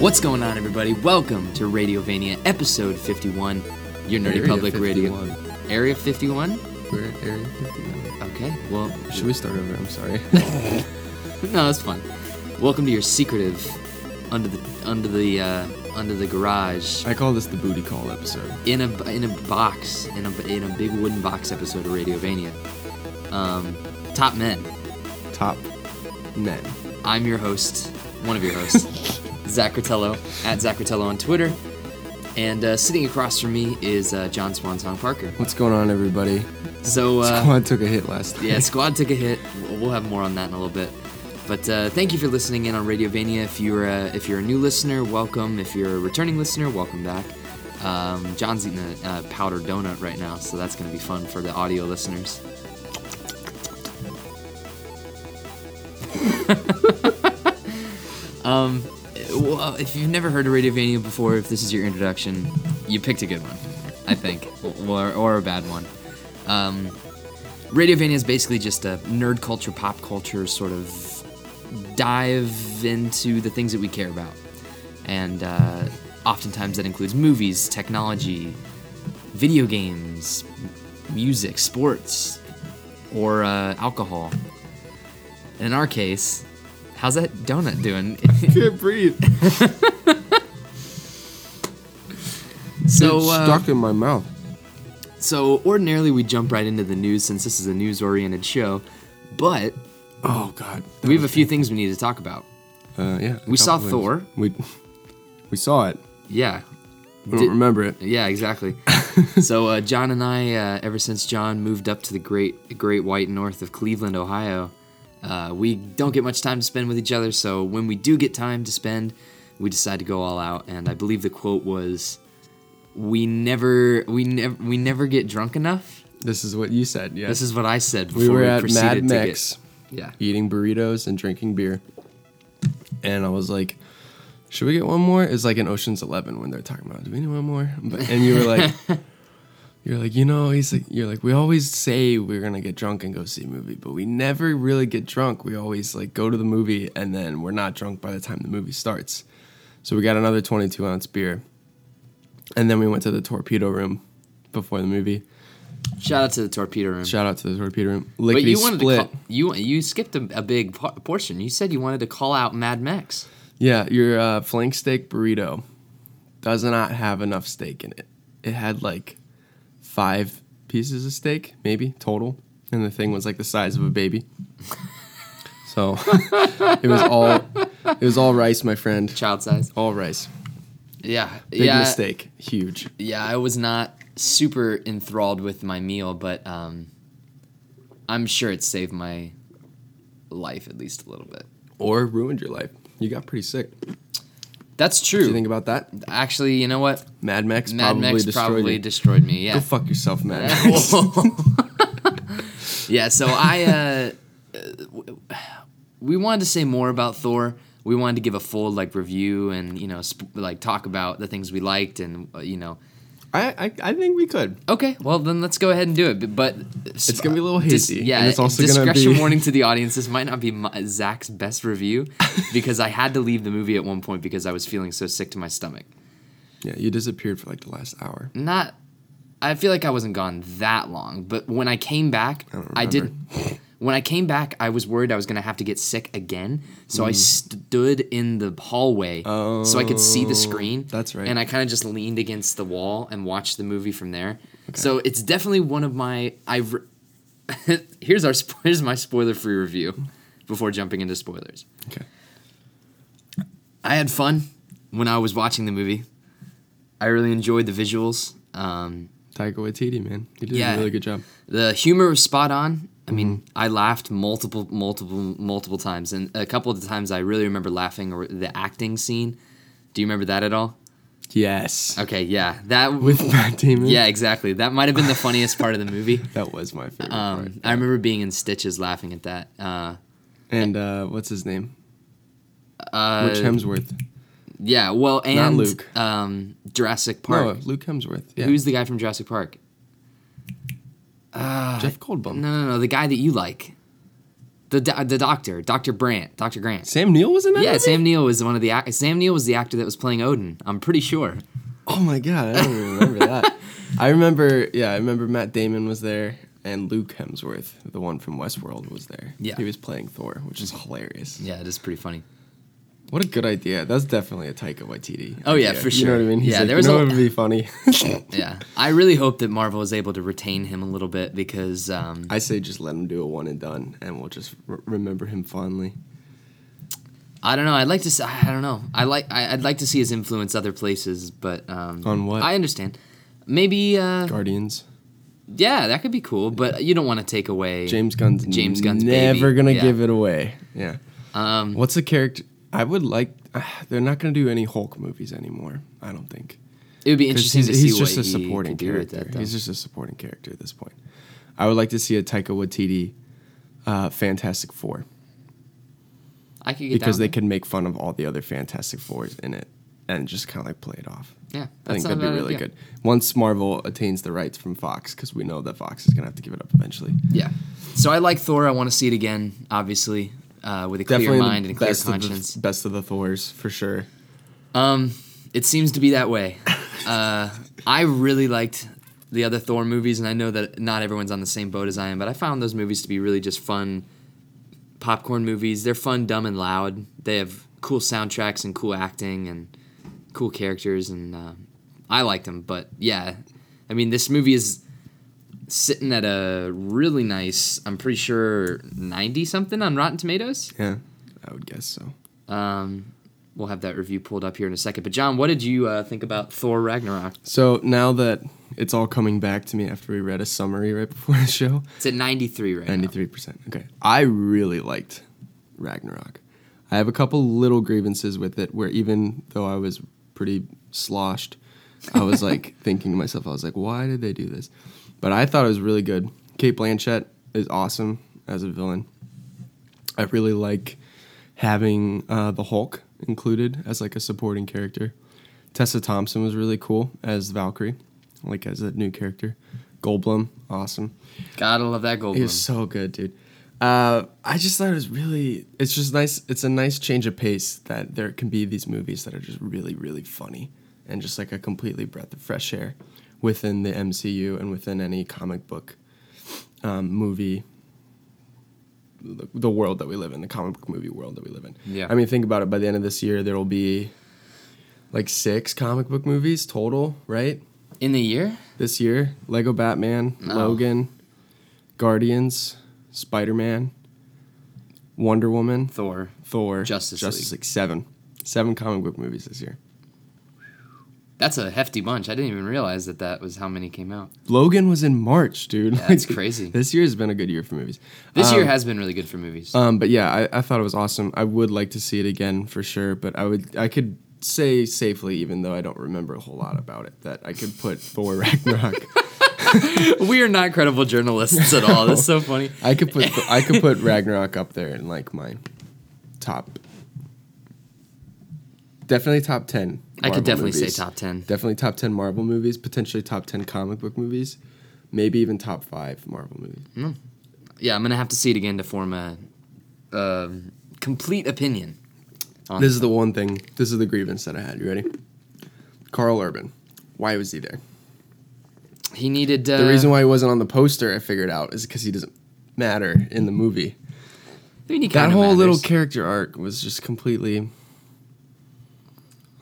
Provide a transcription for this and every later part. What's going on, everybody? Welcome to Radiovania, episode 51, your nerdy Area public radio. 51. Area 51? We're at Area 51. Okay, well, Should we start over? I'm sorry. no, that's fun. Welcome to your secretive, under the, under the, uh, under the garage, I call this the booty call episode. in a, in a box, in a, in a big wooden box episode of Radiovania. Um, top men. Top men. I'm your host, one of your hosts, Zach Rotello, at Zach Rotello on Twitter. And uh, sitting across from me is uh, John Swansong Parker. What's going on, everybody? So, uh, Squad took a hit last night. yeah, squad took a hit. We'll we'll have more on that in a little bit. But uh, thank you for listening in on Radiovania. If you're a, if you're a new listener, welcome. If you're a returning listener, welcome back. Um, John's eating a uh, powdered donut right now, so that's going to be fun for the audio listeners. um, well, if you've never heard of Radiovania before, if this is your introduction, you picked a good one, I think, or, or a bad one. Um, Radiovania is basically just a nerd culture, pop culture sort of dive into the things that we care about. And uh, oftentimes that includes movies, technology, video games, m- music, sports, or uh, alcohol. And in our case, how's that donut doing? Can't breathe. so, it's uh, stuck in my mouth. so ordinarily we jump right into the news since this is a news oriented show, but Oh God. we have a few things we need to talk about. Uh, yeah. We saw Couple Thor. We we saw it. Yeah, We don't Did- remember it. Yeah, exactly. so uh, John and I, uh, ever since John moved up to the great, great white north of Cleveland, Ohio, uh, we don't get much time to spend with each other. So when we do get time to spend, we decide to go all out. And I believe the quote was, "We never, we never, we never get drunk enough." This is what you said. Yeah. This is what I said before we we, were at proceeded Mad to get- Mex. yeah, eating burritos and drinking beer. And I was like, should we get one more? It's like in Ocean's Eleven when they're talking about, do we need one more? But, and you were like, you're like, you know, he's like, you're like, we always say we're gonna get drunk and go see a movie, but we never really get drunk. We always like go to the movie and then we're not drunk by the time the movie starts. So we got another 22 ounce beer, and then we went to the torpedo room before the movie. shout out to the torpedo room. Shout out to the torpedo room. but Lickety you wanted split. to call, you you skipped a, a big por- portion. You said you wanted to call out Mad Mex. Yeah, your uh, flank steak burrito does not have enough steak in it. It had like five pieces of steak, maybe total, and the thing was like the size of a baby. so it was all it was all rice, my friend. Child size. All rice. Yeah, Big yeah. mistake. Huge. yeah, I was not super enthralled with my meal, but um, I'm sure it saved my life at least a little bit. Or ruined your life. You got pretty sick. That's Do true. you think about that? Actually, you know what? Mad Max Mad probably Max destroyed probably you. destroyed me. Yeah. Go fuck yourself, Mad Max. Whoa. yeah, so I uh, uh, w- we wanted to say more about Thor. We wanted to give a full like review and you know sp- like talk about the things we liked and uh, you know I, I I think we could. Okay, well then let's go ahead and do it. b- But uh, It's gonna be a little hazy, yeah, and it's also gonna discretion be- warning to the audience. This might not be my, Zach's best review because I had to leave the movie at one point because I was feeling so sick to my stomach. Yeah, you disappeared for like the last hour. Not, I feel like I wasn't gone that long. But when I came back, don't I, did. When I came back, I was worried I was gonna have to get sick again, so Mm. I stood in the hallway so I could see the screen. Oh, that's right. And I kind of just leaned against the wall and watched the movie from there. So it's definitely one of my I've. re- here's our spo- here's my spoiler free review before jumping into spoilers. Okay. I had fun when I was watching the movie. I really enjoyed the visuals. Um, Taika Waititi, man, he did Yeah. a really good job. the humor was spot on. I mean, Mm-hmm. I laughed multiple, multiple, multiple times, and a couple of the times I really remember laughing or the acting scene. Do you remember that at all? Yes, Okay, yeah, that Uh, with Matt Damon. yeah, exactly. That might have been the funniest part of the movie. that was my favorite part. Um, I remember being in stitches laughing at that. Uh, And uh, what's his name? uh, Which Hemsworth? yeah, well, and Luke. Um, Jurassic No, Park. Luke Hemsworth. Yeah, Who's the guy from Jurassic Park? Jeff Goldblum? No, no, no, the guy that you like, the do- the doctor, Doctor Brandt, Doctor Grant. Sam Neill was in that. Yeah, movie? Sam Neill was one of the ac- Sam Neill was the actor that was playing Odin. I'm pretty sure. Oh my god, I don't even remember that. I remember, yeah, I remember Matt Damon was there and Luke Hemsworth, the one from Westworld, was there. Yeah. he was playing Thor, which is hilarious. Yeah, it is pretty funny. What a good idea. That's definitely a Taika Waititi. Oh, yeah, idea. for You know sure. what I mean? He's Yeah, like, there was you know a- what would be funny. Yeah, I really hope that Marvel is able to retain him a little bit because um, I say just let him do a one and done, and we'll just r remember him fondly. I don't know. I'd like to. s- I don't know. I like. I, I'd like to see his influence other places, but um, On what? I understand. Maybe. Uh, Guardians. yeah, that could be cool, but you don't want to take away James Gunn's James Gunn's never baby. gonna Yeah. give it away. Yeah. Um, What's the character? I would like. uh, they're not gonna do any Hulk movies anymore. I don't think. It would be 'Cause interesting to see he's what just a he supporting could do with character. that, though. he's just a supporting character at this point. I would like to see a Taika Waititi uh, Fantastic Four I could get because down they with can make fun of all the other Fantastic Fours in it and just kind of like play it off. it. Yeah, I think that's not that'd be a bad really idea. good. Once Marvel attains the rights from Fox, because we know that Fox is gonna have to give it up eventually. Yeah. So I like Thor. I want to see it again, obviously, uh, with a Definitely clear the mind and a clear best of the- conscience. best of the Thors for sure. Um, it seems to be that way. Uh, I really liked the other Thor movies, and I know that not everyone's on the same boat as I am, but I found those movies to be really just fun popcorn movies. They're fun, dumb, and loud. They have cool soundtracks and cool acting and cool characters, and uh, I liked them. But yeah, I mean, this movie is sitting at a really nice, I'm pretty sure 90 something on Rotten Tomatoes. Yeah, I would guess so. Um, we'll have that review pulled up here in a second. But John, what did you uh, think about Thor Ragnarok? So now that it's all coming back to me after we read a summary right before the show, It's at 93 right now. Ninety-three percent. Okay, I really liked Ragnarok. I have a couple little grievances with it, where even though I was pretty sloshed, I was like thinking to myself, I was like, why did they do this? But I thought it was really good. Kate Blanchett is awesome as a villain. I really like having uh, the Hulk included as like a supporting character. Tessa Thompson was really cool as Valkyrie, like as a new character. Goldblum, awesome. Gotta love that Goldblum. He was so good, dude. Uh, I just thought it was really. It's just nice. It's a nice change of pace that there can be these movies that are just really, really funny and just like a completely breath of fresh air within the MCU and within any comic book um, movie. The the world that we live in, the comic book movie world that we live in. Yeah. I mean, think about it. By the end of this year, there will be like six comic book movies total, right? In the year? this year Lego Batman, Oh. Logan, Guardians, Spider Man, Wonder Woman, Thor. Thor, Justice League. Justice League. Seven. Seven comic book movies this year. That's a hefty bunch. I didn't even realize that that was how many came out. Logan was in March, dude. that's crazy. This year has been a good year for movies. This Um, year has been really good for movies. Um, but yeah, I, I thought it was awesome. I would like to see it again for sure. But I would, I could say safely, even though I don't remember a whole lot about it, that I could put Thor Ragnarok. we are not credible journalists at all. That's so funny. I could put I could put Ragnarok up there in like my top. Definitely top ten. I could Marvel definitely say movies. top 10. Definitely top ten Marvel movies. Potentially top ten comic book movies. Maybe even top five Marvel movies. Yeah, I'm gonna have to see it again to form a um complete opinion. on This is the one thing. This is the grievance that I had. You ready? Carl Urban. Why was he there? He needed uh, The reason why he wasn't on the poster, I figured out, is because he doesn't matter in the movie. I mean, he That kinda whole little matters. character arc was just completely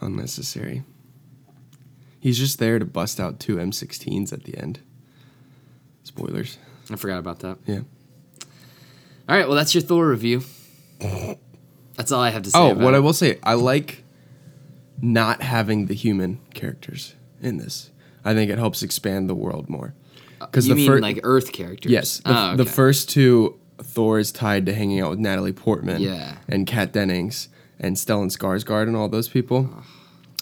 unnecessary. He's just there to bust out two M16s at the end. Spoilers. I forgot about that. Yeah. All right, well that's your Thor review. That's all I have to say. Oh, about what it. I will say, I like not having the human characters in this. I think it helps expand the world more. Because Uh, You mean first, like Earth characters? yes, the, Oh, the okay. first two Thor is tied to hanging out with Natalie Portman, Yeah. and Kat Dennings and Stellan Skarsgård and all those people.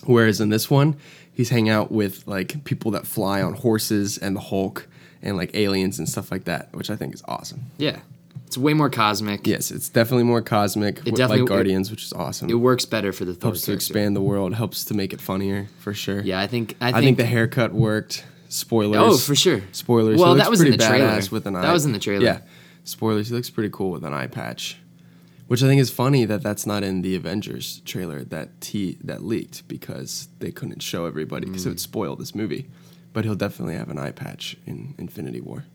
Whereas in this one, he's hanging out with like people that fly on horses and the Hulk and like aliens and stuff like that, which I think is awesome. Yeah, it's way more cosmic. Yes, it's definitely more cosmic, with, definitely- like Guardians, which is awesome. it works better for the Thor helps to character. expand the world, helps to make it funnier for sure. Yeah, I think I think, I think the haircut worked. Spoilers. Oh, for sure. Spoilers. Well, He that looks was in pretty the trailer. badass With an That eye. was in the trailer. Yeah. Spoilers. He looks pretty cool with an eye patch, which I think is funny that that's not in the Avengers trailer that t that leaked because they couldn't show everybody because Mm. it would spoil this movie. But he'll definitely have an eye patch in Infinity War.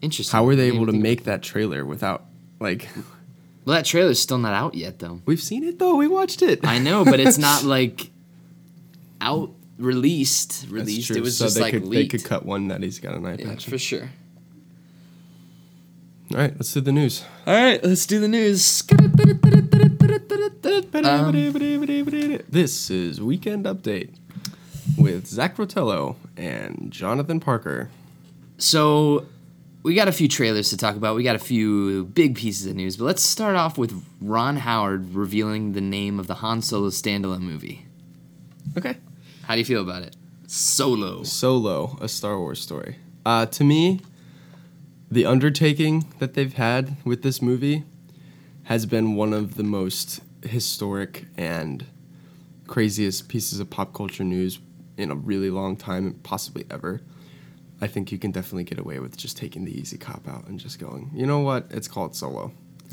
interesting. How were I they didn't able to think- make that trailer without like? Well, that trailer's still not out yet, though. We've seen it though. We watched it. I know, but it's not like out released. Released. It was so just they like could, leaked. They could cut one that he's got an eye Yeah, patch. for sure. All right, let's do the news. All right, let's do the news. this is Weekend Update with Zach Rotello and Jonathan Parker. So, we got a few trailers to talk about. We got a few big pieces of news, but let's start off with Ron Howard revealing the name of the Han Solo standalone movie. Okay. How do you feel about it? Solo. Solo, a Star Wars story. Uh, to me, the undertaking that they've had with this movie has been one of the most historic and craziest pieces of pop culture news in a really long time, possibly ever. I think you can definitely get away with just taking the easy cop out and just going, you know what? It's called Solo.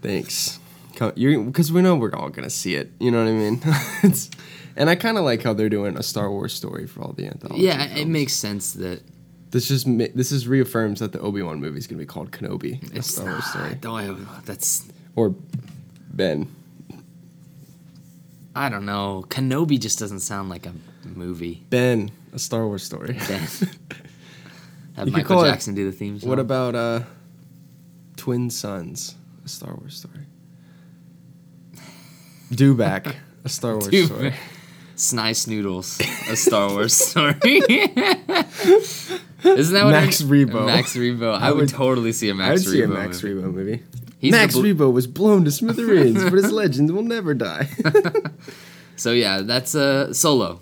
Thanks. Because we know we're all going to see it. You know what I mean? it's, and I kind of like how they're doing a Star Wars story for all the anthology. Yeah, it films. makes sense that This just ma- this is reaffirms that the Obi Wan movie is gonna be called Kenobi. a it's Star Wars I story. don't have- that's Or Ben. I don't know. Kenobi just doesn't sound like a movie. Ben, a Star Wars story. Have could Michael call it- Jackson do the theme song. What about uh, Twin Sons, a Star Wars story? Dewback, a Star Wars Dewback. story. Snice Noodles, a Star Wars story. Isn't that what Max I- Rebo. Max Rebo. I, would, would- totally see a I would Max Rebo. see a Max movie. Rebo movie. He's Max the bl- Rebo was blown to smithereens, but his legend will never die. So yeah, that's uh, solo.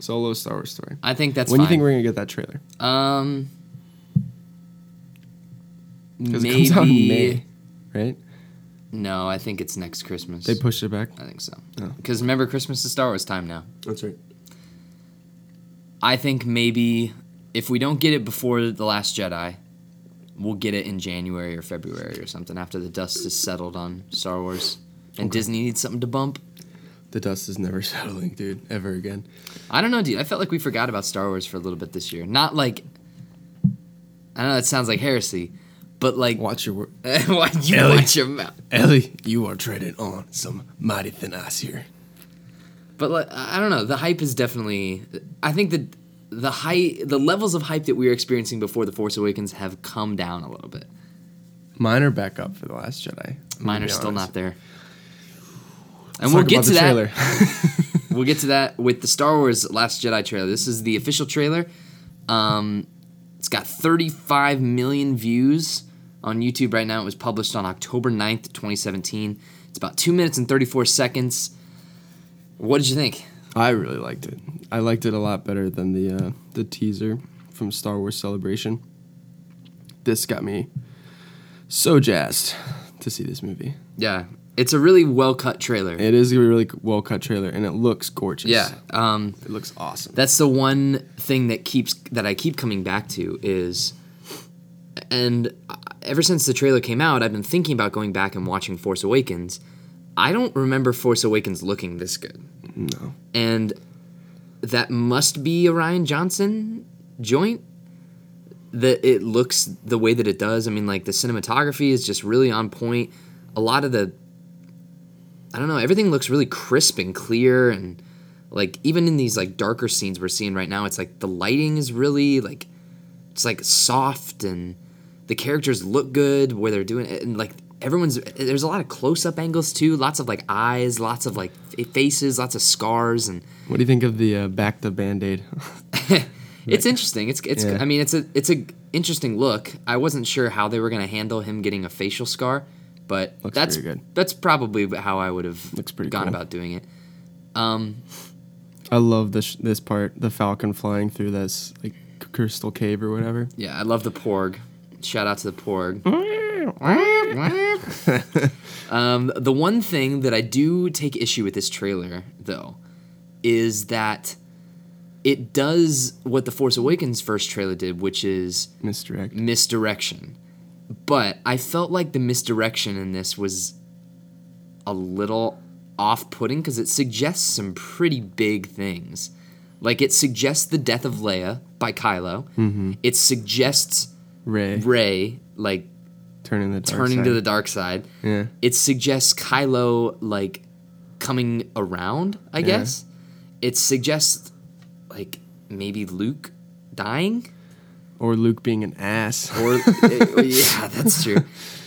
Solo Star Wars story. I think that's when do you fine. think we're gonna get that trailer? um, Because maybe it comes out in May, right? no. I think it's next Christmas. They pushed it back. I think so. Oh. Because remember, Christmas is Star Wars time now. That's right. I think maybe if we don't get it before The Last Jedi, we'll get it in January or February or something after the dust is settled on Star Wars. And Disney needs something to bump. The dust is never settling, dude, ever again. I don't know, dude. I felt like we forgot about Star Wars for a little bit this year. Not like I don't know, it sounds like heresy, but like Watch your word. why you Ellie. watch your mouth. Ellie, you are treading on some mighty thin ice here. But like, I I don't know. The hype is definitely. I think that the high, the levels of hype that we were experiencing before the Force Awakens have come down a little bit. Mine are back up for The Last Jedi. Mine are still not there. And we'll get to that. We'll get to that with the Star Wars Last Jedi trailer. This is the official trailer. Um, it's got 35 million views on YouTube right now. It was published on October 9th, 2017. It's about 2 minutes and 34 seconds. What did you think? I really liked it. I liked it a lot better than the uh, the teaser from Star Wars Celebration. This got me so jazzed to see this movie. Yeah. It's a really well cut trailer. It is a really well cut trailer, and it looks gorgeous. yeah. Um, it looks awesome. that's the one thing that keeps that I keep coming back to is and ever since the trailer came out, I've been thinking about going back and watching Force Awakens. I don't remember Force Awakens looking this good. No, And that must be a Ryan Johnson joint that it looks the way that it does. I mean, like the cinematography is just really on point. A lot of the I don't know, everything looks really crisp and clear and like even in these like darker scenes we're seeing right now, it's like the lighting is really like it's like soft and the characters look good where they're doing it and like everyone's there's a lot of close-up angles too. Lots of like eyes, lots of like f- faces, lots of scars, and What do you think of the uh, back to band aid? it's interesting. It's it's Yeah. I mean it's a it's a interesting look. I wasn't sure how they were gonna handle him getting a facial scar, but Looks that's pretty good. that's probably how I would have Looks pretty gone cool. about doing it. Um, I love this this part, the falcon flying through this like c- crystal cave or whatever. yeah, I love the Porg. Shout out to the Porg. Um, the one thing that I do take issue with this trailer, though, is that it does what the Force Awakens first trailer did, which is Misdirect. misdirection. But I felt like the misdirection in this was a little off putting because it suggests some pretty big things. Like, it suggests the death of Leia by Kylo, it suggests Ray Rey, like, turning the dark turning to the side. dark side. Yeah. It suggests Kylo like coming around, I guess. It suggests like maybe Luke dying or Luke being an ass. or eh, yeah, that's true.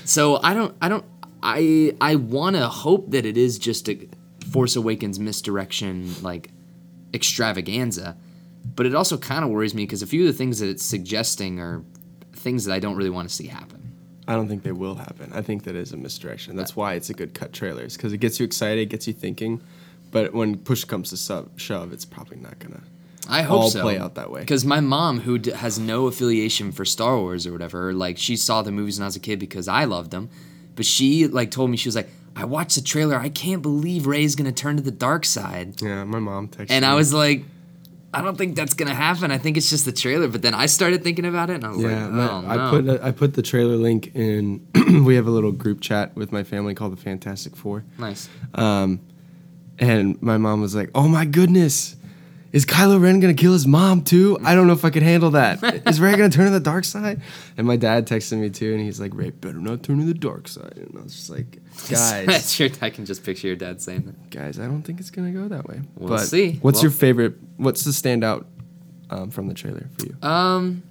So I don't I don't I I want to hope that it is just a Force Awakens misdirection like extravaganza, but it also kind of worries me because a few of the things that it's suggesting are things that I don't really want to see happen. I don't think they will happen. I think that is a misdirection. That's why it's a good cut trailers because it gets you excited, gets you thinking. But when push comes to sub, shove, it's probably not gonna. I hope all so. play out that way. Because my mom, who d- has no affiliation for Star Wars or whatever, like she saw the movies when I was a kid because I loved them, but she like told me she was like, "I watched the trailer. I can't believe Ray's gonna turn to the dark side." Yeah, my mom texted. And I me. was like, "I don't think that's gonna happen. I think it's just the trailer." But then I started thinking about it, and I was Yeah, like, my- "Oh no!" I put a, I put the trailer link in. we have a little group chat with my family called the Fantastic Four, nice. and my mom was like, "Oh my goodness, is Kylo Ren gonna kill his mom too? I don't know if I can handle that. Is Ray gonna turn to the dark side?" And my dad texted me too, and he's like, "Ray, better not turn to the dark side." And I was just like, "Guys, That's your- I can just picture your dad saying that. guys, I don't think it's gonna go that way." We'll see. What's Well- your favorite? What's the standout um, from the trailer for you? Um,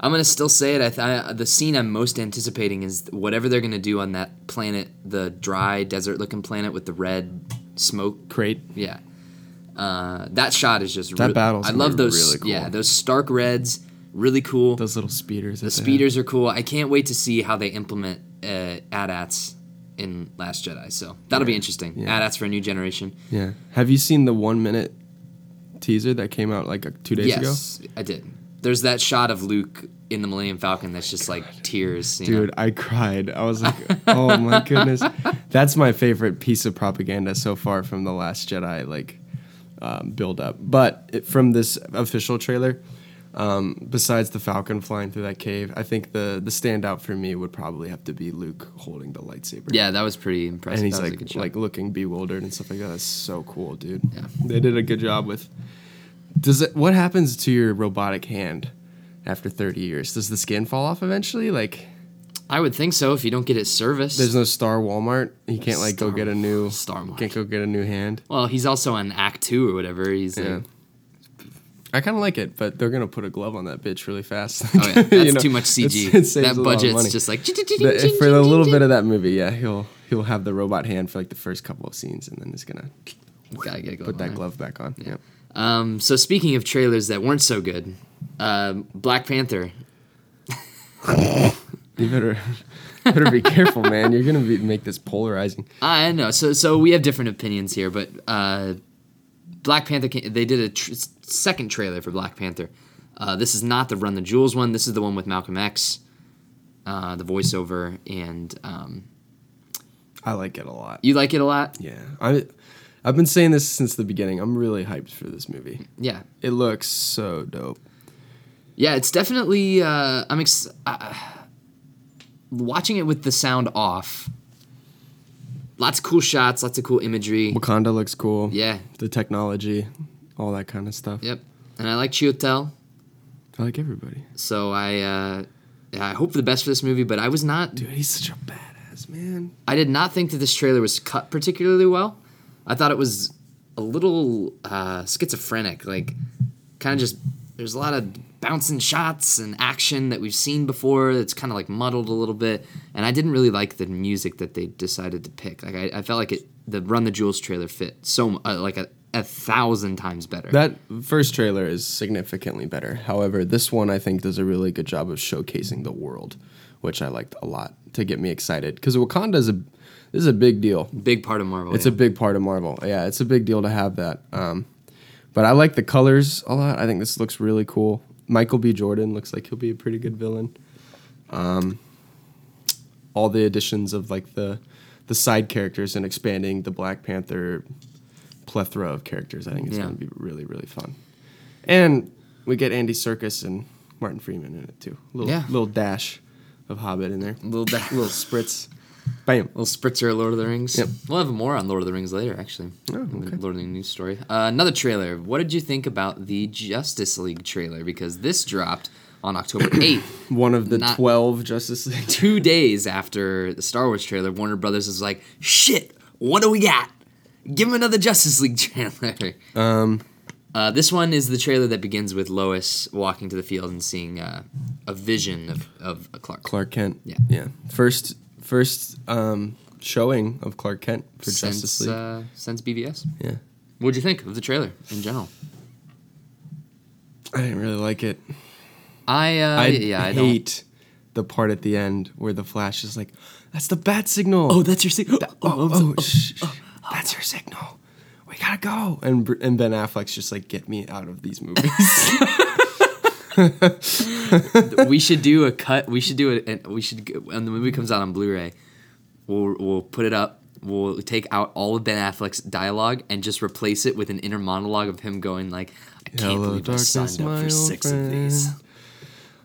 I'm gonna still say it. I, th- I the scene I'm most anticipating is whatever they're gonna do on that planet, the dry desert-looking planet with the red smoke. Crate. Yeah, uh, that shot is just That real- battle's I gonna love be those. really cool. Yeah, those stark reds, really cool. Those little speeders. the speeders are cool. I can't wait to see how they implement uh, AT-ATs in Last Jedi. So that'll be interesting. yeah. AT-ATs for a new generation. Yeah. Have you seen the one minute teaser that came out like uh, two days ago? yes, I did. There's that shot of Luke in the Millennium Falcon that's just like tears. You know? Dude, I cried. I was like, oh my goodness. That's my favorite piece of propaganda so far from The Last Jedi, like, um, build up. But it, from this official trailer, um, besides the Falcon flying through that cave, I think the, the standout for me would probably have to be Luke holding the lightsaber. Yeah, that was pretty impressive. And he's That was a good like shot. like looking bewildered and stuff like that. That's so cool, dude. Yeah. They did a good job with Does it what happens to your robotic hand after 30 years? Does the skin fall off eventually? Like I would think so if you don't get it serviced. there's no star Walmart. He can't like Star- go get a new Star Walmart. Can't go get a new hand. well, he's also in Act Two or whatever. He's Yeah. like, I kind of like it, but they're gonna put a glove on that bitch really fast. oh yeah, that's too much CG. that budget's just like. just like The- for the little bit of that movie, yeah, he'll he'll have the robot hand for like the first couple of scenes, and then he's gonna Gotta get a glove put on that there. glove back on. Yep. Um, so speaking of trailers that weren't so good, um, Black Panther. You better better be careful, man. You're gonna be, make this polarizing. I know. So so we have different opinions here, but uh, Black Panther. ca- They did a tr- second trailer for Black Panther. Uh, this is not the Run the Jewels one. This is the one with Malcolm X, uh, the voiceover, and um, I like it a lot. you like it a lot. Yeah, I I've been saying this since the beginning. I'm really hyped for this movie. Yeah, It looks so dope. yeah. It's definitely. Uh, I'm ex- uh, watching it with the sound off. Lots of cool shots. Lots of cool imagery. Wakanda looks cool. Yeah. the technology, all that kind of stuff. Yep. And I like Chiwetel. I like everybody. So I uh, I hope for the best for this movie, but I was not Dude, he's such a badass man. I did not think that this trailer was cut particularly well. I thought it was a little uh, schizophrenic, like kind of just there's a lot of bouncing shots and action that we've seen before that's kind of like muddled a little bit and i didn't really like the music that they decided to pick like i, I felt like it the run the jewels trailer fit so mu- uh, like a, a thousand times better That first trailer is significantly better. However, this one I think does a really good job of showcasing the world, which I liked a lot to get me excited because Wakanda is a this is a big deal. big part of marvel It's yeah. a big part of Marvel. Yeah, it's a big deal to have that. Um, but I like the colors a lot. I think this looks really cool. Michael B. Jordan looks like he'll be a pretty good villain. Um, all the additions of like the the side characters and expanding the Black Panther plethora of characters. I think it's Yeah. going to be really really fun. And we get Andy Circus and Martin Freeman in it too. Little Yeah. little dash of Hobbit in there. little da- little spritz. Bam. little spritzer of Lord of the Rings. Yep. We'll have more on Lord of the Rings later, actually. Oh, In the okay. Lord of the News story. Uh, another trailer. What did you think about the Justice League trailer? Because this dropped on October 8th, One of the Not- 12 Justice League two days after the Star Wars trailer. Warner Brothers is like, shit, what do we got? Give him another Justice League trailer. Um. Uh, this one is the trailer that begins with Lois walking to the field and seeing uh, a vision of, of Clark. Clark Kent. Yeah. Yeah. First first um showing of Clark Kent for since, Justice League. Uh, since BVS. yeah. What'd you think of the trailer in general? I didn't really like it. I, uh, I yeah, I don't. hate the part at the end where the Flash is like, "That's the bat signal." Oh, that's your signal. oh, oh, shh, shh. that's your signal. We gotta go. And Br- and Ben Affleck's just like, "Get me out of these movies." oh, we should do a cut. We should do it, and we should. g- When the movie comes out on Blu-ray, we'll we'll put it up. We'll take out all of Ben Affleck's dialogue and just replace it with an inner monologue of him going like, "I can't Hello, believe darkness, I signed my up for old six of these." friend.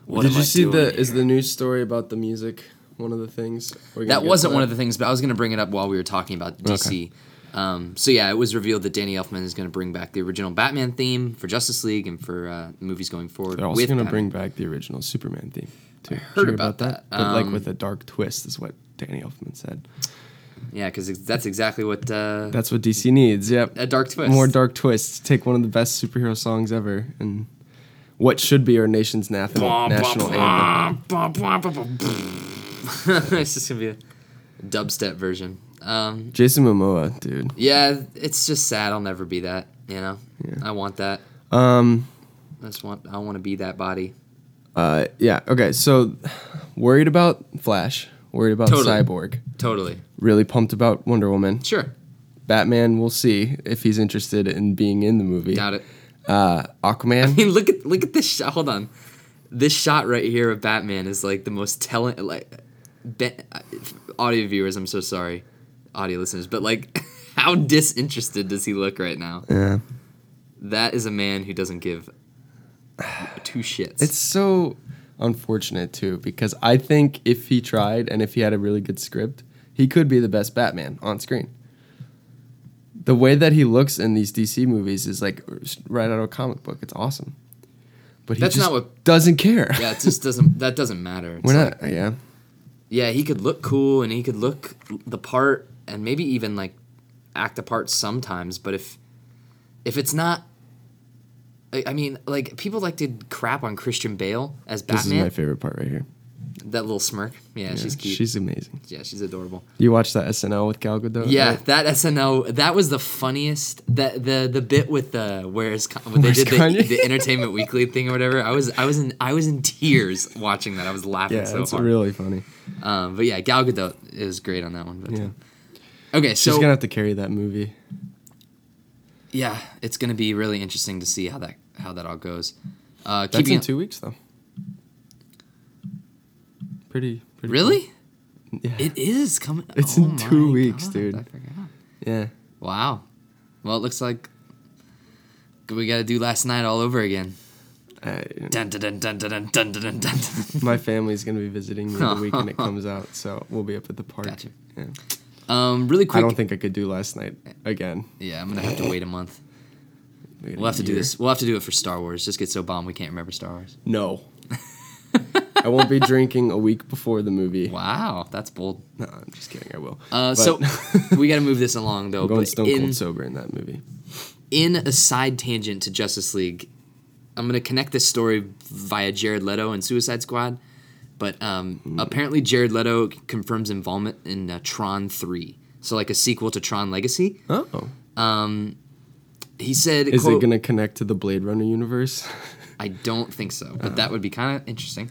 What Did am you I see doing the is here? the news story about the music? One of the things We're gonna that get wasn't to one of the things, but I was going to bring it up while we were talking about DC. Um, so yeah, it was revealed that Danny Elfman is going to bring back the original Batman theme for Justice League and for uh, movies going forward. They're also with going to Batman. bring back the original Superman theme. Too. Did you heard about that. But Um, like with a dark twist is what Danny Elfman said. Yeah, because that's exactly what uh, That's what DC needs. Yep. a dark twist. More dark twists. Take one of the best superhero songs ever and what should be our nation's nath- national anthem. it's just gonna be a dubstep version. Um, Jason Momoa, dude. yeah, it's just sad. I'll never be that. You know, I want that. Um I just want. I want to be that body. uh yeah, okay. So worried about Flash, worried about Totally. Cyborg, Totally. really pumped about Wonder Woman. Sure. Batman, we'll see if he's interested in being in the movie. Doubt it. Uh Aquaman. I mean, look at look at this shot. Hold on, this shot right here of Batman is like the most telling. Like, be- uh, audio viewers, I'm so sorry, audio listeners, but like, how disinterested does he look right now? yeah. That is a man who doesn't give two shits. It's so unfortunate too because I think if he tried and if he had a really good script, he could be the best Batman on screen. The way that he looks in these DC movies is like right out of a comic book. It's awesome. But he That's just not what- doesn't care. yeah, it just doesn't. That doesn't matter. It's We're like- not yeah. yeah, he could look cool and he could look the part and maybe even like act a part sometimes, but if if it's not I I mean, like people like to crap on Christian Bale as This is Batman. my favorite part right here. that little smirk. Yeah, she's cute. She's amazing. yeah, she's adorable. You watched that SNL with Gal Gadot? Yeah, right? that SNL that was the funniest. That the the bit with the where's Con- when they Where's did the, Kanye? the Entertainment Weekly thing or whatever. I was I was in I was in tears watching that. I was laughing Yeah, so it's hard. really funny. um, but yeah, Gal Gadot is great on that one. But uh, Yeah. okay, She's so gonna have to carry that movie. yeah, it's gonna be really interesting to see how that how that all goes. Uh, That's keeping in two weeks though. Pretty pretty really, cool. Yeah. it is coming. It's oh in two my weeks, God, dude. I forgot. yeah. Wow. Well, it looks like we got to do last night all over again. I, Dun dun dun dun dun dun dun dun. dun, dun. my family's gonna be visiting me the weekend it comes out, so we'll be up at the park. Gotcha. Yeah. Um, really quick. I don't think I could do last night again. yeah, I'm gonna have to wait a month. Maybe We'll have to do year. this. We'll have to do it for Star Wars. Just get so bomb we can't remember Star Wars. No, I won't be drinking a week before the movie. Wow, that's bold. No, I'm just kidding. I will. Uh, But so I'm we got to move this along though. going but stone in, cold sober in that movie. in a side tangent to Justice League, I'm gonna connect this story via Jared Leto and Suicide Squad, but um, Hmm. apparently Jared Leto confirms involvement in uh, Tron Three, so like a sequel to Tron Legacy. Oh, He said, is quote, it gonna connect to the Blade Runner universe? I don't think so, but that would be kind of interesting.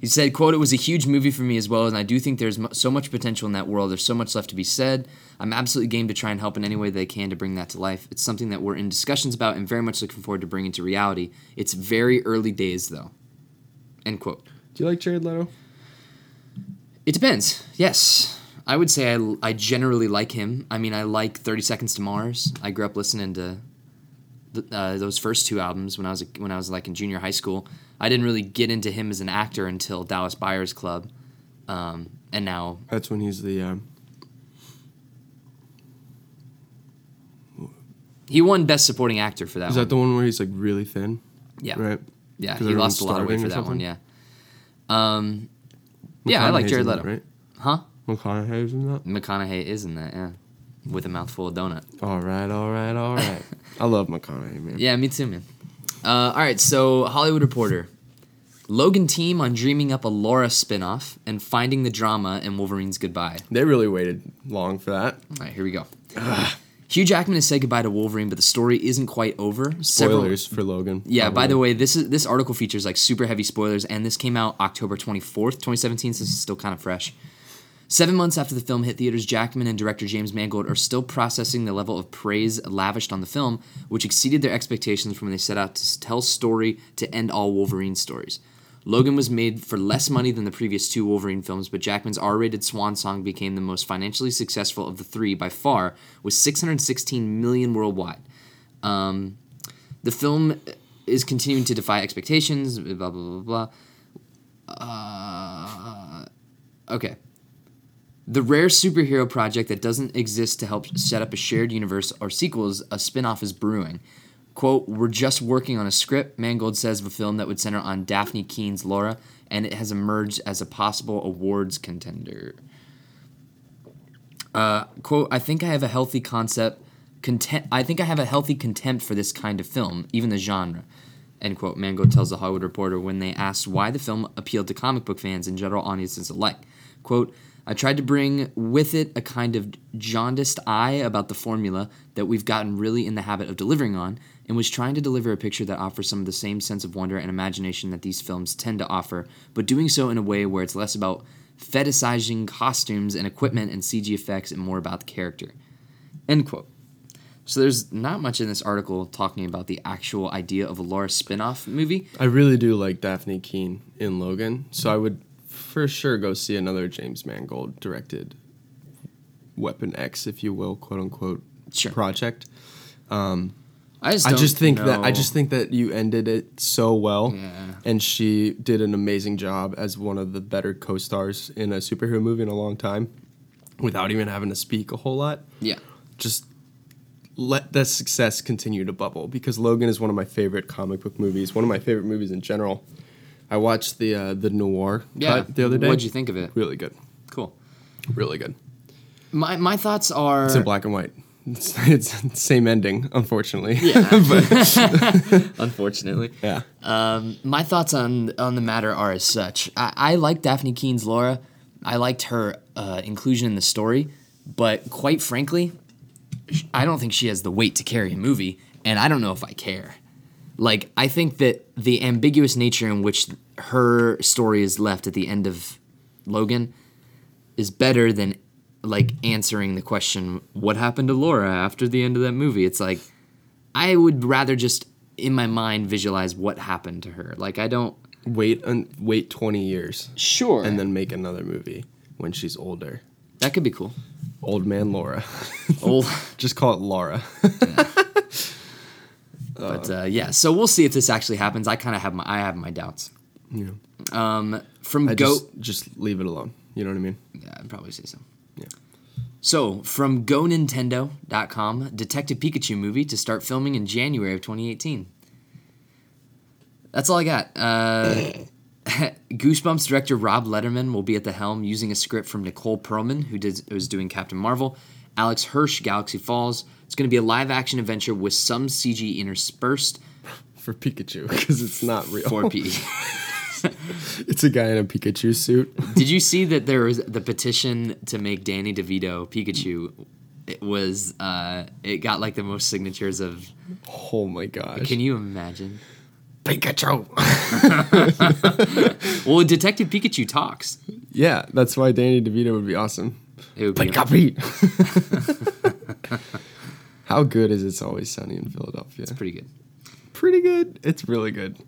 He said, "quote It was a huge movie for me as well, and I do think there's mu- so much potential in that world. There's so much left to be said. I'm absolutely game to try and help in any way they can to bring that to life. It's something that we're in discussions about, and very much looking forward to bringing to reality. It's very early days, though." End quote. Do you like Jared Leto? It depends. Yes. I would say I, I generally like him. I mean, I like 30 Seconds to Mars. I grew up listening to th- uh, those first two albums when I was a- when I was like in junior high school. I didn't really get into him as an actor until Dallas Buyers Club. Um, and now That's when he's the. Um, he won best supporting actor for that is one. that the one where he's like really thin? yeah. Right. Yeah, 'Cause he lost everyone's a lot of weight for starving or that one, something? yeah. Um, yeah, I like McConaughey's Jared in Leto. that, Right. Huh? McConaughey's in that. McConaughey is in that, yeah. With a mouthful of donut. All right, all right, all right. I love McConaughey, man. Yeah, me too, man. Uh, all right, so Hollywood Reporter. Logan team on dreaming up a Laura spinoff and finding the drama in Wolverine's Goodbye. They really waited long for that. All right, here we go. Hugh Jackman has said goodbye to Wolverine, but the story isn't quite over. Several, Spoilers for Logan. yeah, by the way, this is this article features like super heavy spoilers, and this came out October 24th, 2017, so this is still kind of fresh. Seven months after the film hit theaters, Jackman and director James Mangold are still processing the level of praise lavished on the film, which exceeded their expectations from when they set out to s- tell story to end all Wolverine stories. Logan was made for less money than the previous two Wolverine films, but Jackman's R-rated swan song became the most financially successful of the three by far, with 616 million worldwide. Um, the film is continuing to defy expectations. Blah blah blah blah. blah. Uh, okay. The rare superhero project that doesn't exist to help set up a shared universe or sequels, a spin-off is brewing. Quote, we're just working on a script, Mangold says of a film that would center on Daphne Keene's Laura, and it has emerged as a possible awards contender. Uh, quote, I think I have a healthy concept, content, I think I have a healthy contempt for this kind of film, even the genre. End quote, Mangold tells The Hollywood Reporter when they asked why the film appealed to comic book fans and general audiences alike. Quote, I tried to bring with it a kind of jaundiced eye about the formula that we've gotten really in the habit of delivering on, and was trying to deliver a picture that offers some of the same sense of wonder and imagination that these films tend to offer, but doing so in a way where it's less about fetishizing costumes and equipment and CG effects and more about the character. End quote. So there's not much in this article talking about the actual idea of a Laura spin-off movie. I really do like Daphne Keene in Logan, so I would for sure go see another James Mangold directed Weapon X, if you will, quote unquote, Sure. project. I just, I just don't think that I know. just think that you ended it so well, Yeah. and she did an amazing job as one of the better co-stars in a superhero movie in a long time, without even having to speak a whole lot. yeah. just let that success continue to bubble because Logan is one of my favorite comic book movies, one of my favorite movies in general. I watched the uh, the noir Yeah. cut the other day. What'd you think of it? Really good, Cool. really good. My my thoughts are It's in black and white. It's, it's the same ending, unfortunately. unfortunately. yeah. my thoughts on on the matter are as such. I, I like Daphne Keene's Laura. I liked her uh, inclusion in the story, but quite frankly, sh- I don't think she has the weight to carry a movie, and I don't know if I care. Like, I think that the ambiguous nature in which her story is left at the end of Logan is better than like answering the question, "What happened to Laura after the end of that movie?" It's like I would rather just in my mind visualize what happened to her. Like I don't Wait un- wait twenty years sure, and then make another movie when she's older. that could be cool. Old man Laura. Old, just call it Laura. but uh, yeah. So we'll see if this actually happens. I kind of have my I have my doubts. yeah. Um, from I Go, just just leave it alone. You know what I mean? yeah, I'd probably say so. Yeah. So from GoNintendo.com, Detective Pikachu movie to start filming in January of 2018. That's all I got. Uh, Goosebumps director Rob Letterman will be at the helm using a script from Nicole Perlman, who did, was doing Captain Marvel, Alex Hirsch, Galaxy Falls. It's going to be a live action adventure with some CG interspersed. E. for Pikachu because it's not real. 4P. It's a guy in a Pikachu suit. Did you see that there was the petition to make Danny DeVito Pikachu? It was uh, it got like the most signatures of. Oh my gosh. Can you imagine? Pikachu? Well, Detective Pikachu talks. yeah, that's why Danny DeVito would be awesome. It would be Pikachu. How good is It's Always Sunny in Philadelphia? pretty good. pretty good. It's really good.